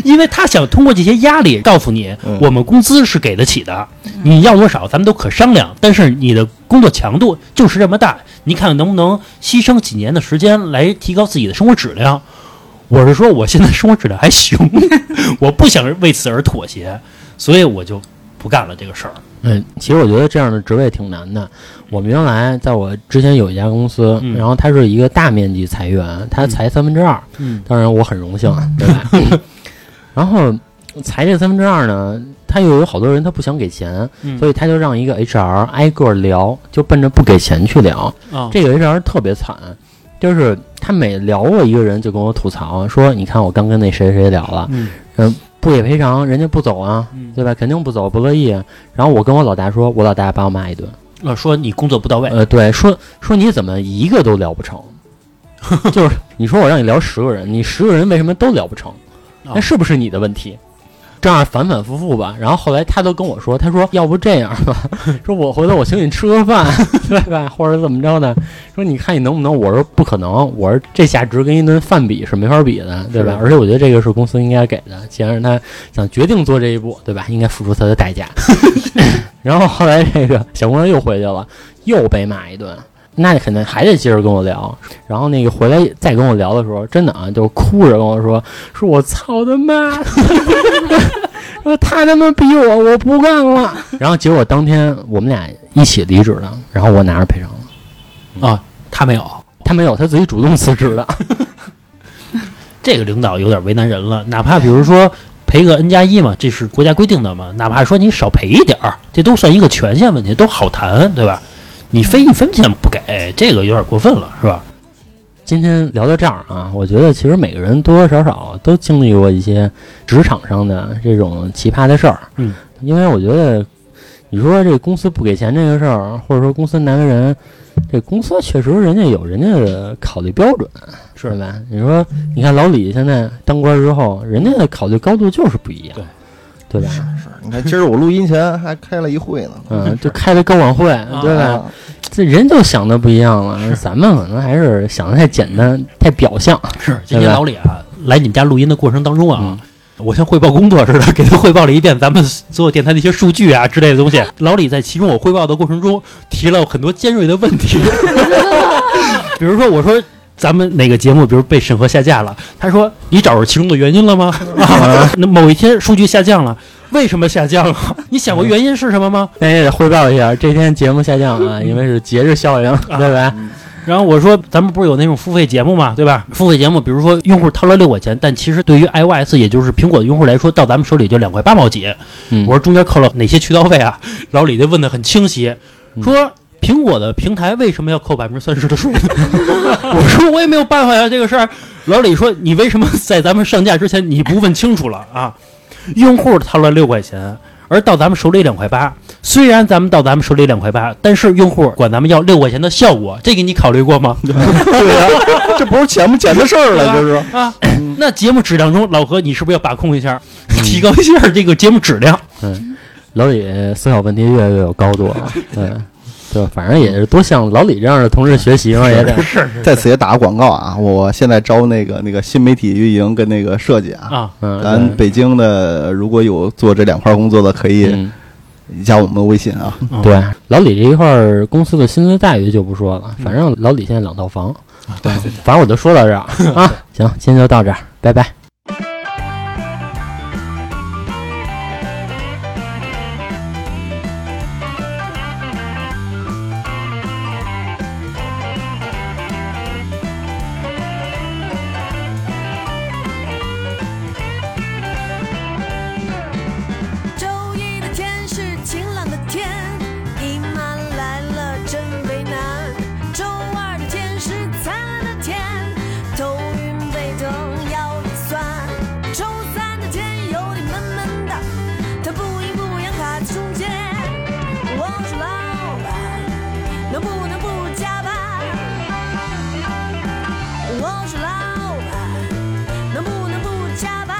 因为他想通过这些压力告诉你，
嗯
我们工资是给得起的，你要多少咱们都可商量，但是你的工作强度就是这么大，你看能不能牺牲几年的时间来提高自己的生活质量？我是说我现在生活质量还行， 我不想为此而妥协，所以我就不干了这个事儿。
嗯，其实我觉得这样的职位挺难的。我们原来在我之前有一家公司，
嗯
然后它是一个大面积裁员，它裁三分之二，
嗯
当然我很荣幸，啊对吧？ 然后裁这三分之二呢，他又有好多人他不想给钱，
嗯
所以他就让一个 HR 挨个聊，就奔着不给钱去聊。
啊，
这个 HR 特别惨，就是他每聊过一个人就跟我吐槽啊说：“你看我刚跟那谁谁聊了，
嗯
不给赔偿，人家不走啊，
嗯
对吧？肯定不走，不乐意。”然后我跟我老大说，我老大把我骂一顿。
呃说你工作不到位，
呃，对，说说你怎么一个都聊不 成？就是你说我让你聊十个人，你十个人为什么都聊不成？
啊
那是不是你的问题？这样反反复复吧。然后后来他都跟我说，他说要不这样吧， 说我回头我请你吃个饭， 对吧？或者怎么着的？说你看你能不能？我说不可能，我说这价值跟一顿饭比是没法比的，对吧？而且我觉得这个是公司应该给的，既然他想决定做这一步，对吧？应该付出他的 代价。 然后后来这个小姑娘又回去了，又被骂一顿。那肯定还得接着跟我聊，然后那个回来再跟我聊的时候，真的啊，就哭着跟我说：“说我操他妈， 说他他妈逼我，我不干了。”然后结果当天我们俩一起离职的，然后我拿着赔偿了，
他没有。
他没有，他自己主动辞职的。
这个领导有点为难人了。哪怕比如说赔个 N 加一嘛，这是国家规定的嘛，哪怕说你少赔一点儿，这都算一个权限问题，都好谈，对吧？你非一分钱不给，这个有点过分了，是吧？
今天聊到这儿啊，我觉得其实每个人多多少少都经历过一些职场上的这种奇葩的事儿。
嗯，
因为我觉得你说这公司不给钱这个事儿，或者说公司难为人，这公司确实人家有人家的考虑标准，
是
对吧？你说，你看老李现在当官之后，人家的考虑高度就是不一样。
对
对吧？
你看，今儿我录音前还开了一会呢，
嗯，就开了篝晚会，对吧？
啊
这人就想的不一样了，咱们可能还是想的太简单、太表象。
是，今
对
天
吧
老李啊，来你们家录音的过程当中啊，
嗯
我像汇报工作似的，给他汇报了一遍咱们所有电台的一些数据啊之类的东西。老李在其中我汇报的过程中提了很多尖锐的问题，比如说我说。咱们哪个节目，比如被审核下架了，他说你找着其中的原因了吗？啊，那某一天数据下降了，为什么下降了？你想过原因是什么吗？
那也得哎汇报一下，这天节目下降 啊，因为是节日效应，
啊
对吧？
嗯
然后我说，咱们不是有那种付费节目嘛，对吧？付费节目，比如说用户掏了六块钱，但其实对于 iOS，也就是苹果的用户来说，到咱们手里就两块八毛几。
嗯
我说中间扣了哪些渠道费啊？ 老李就问的很清晰，
嗯
说苹果的平台为什么要扣百分之三十的税？ 我说我也没有办法呀、这个事儿。老李说，你为什么在咱们上架之前你不问清楚了啊？用户掏了六块钱，而到咱们手里两块八。虽然咱们到咱们手里两块八，但是用户管咱们要六块钱的效果，这个你考虑过吗？
对呀，这不是钱不钱的事儿了，这是。
啊，那节目质量中，老何你是不是要把控一下，提高一下这个节目质量？
老李思考问题越来越有高度 了，对，对，反正也是多向老李这样的同事学习嘛，也得
是是
在此也打个广告啊！我现在招那个那个新媒体运营跟那个设计啊，
啊，
嗯，
咱
对
北京的如果有做这两块工作的，可以
嗯
加我们的微信啊。
对老李这一块儿公司的薪资待遇就不说了，反正老李现在两套房，
嗯啊对
反正我就说到这 儿啊，行，今天就到这儿，拜拜。
周一的天是晴朗的天，姨妈来了真为难。周二的天是灿烂的天，头晕背疼腰也酸。周三的天有点闷闷的，他不依不饶卡在中间。我说老板，能不能不加班？我说老板，能不能不加班？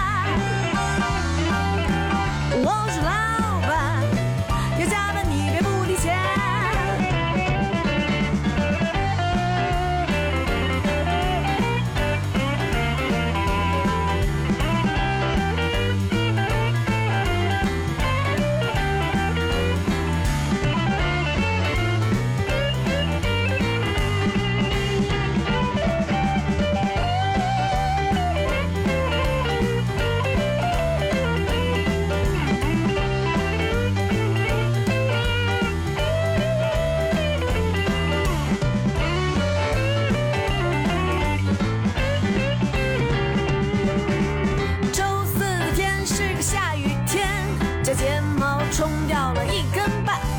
我是老板，要加班你别不提前。周四的天是个下雨天，假睫毛冲掉了一根半，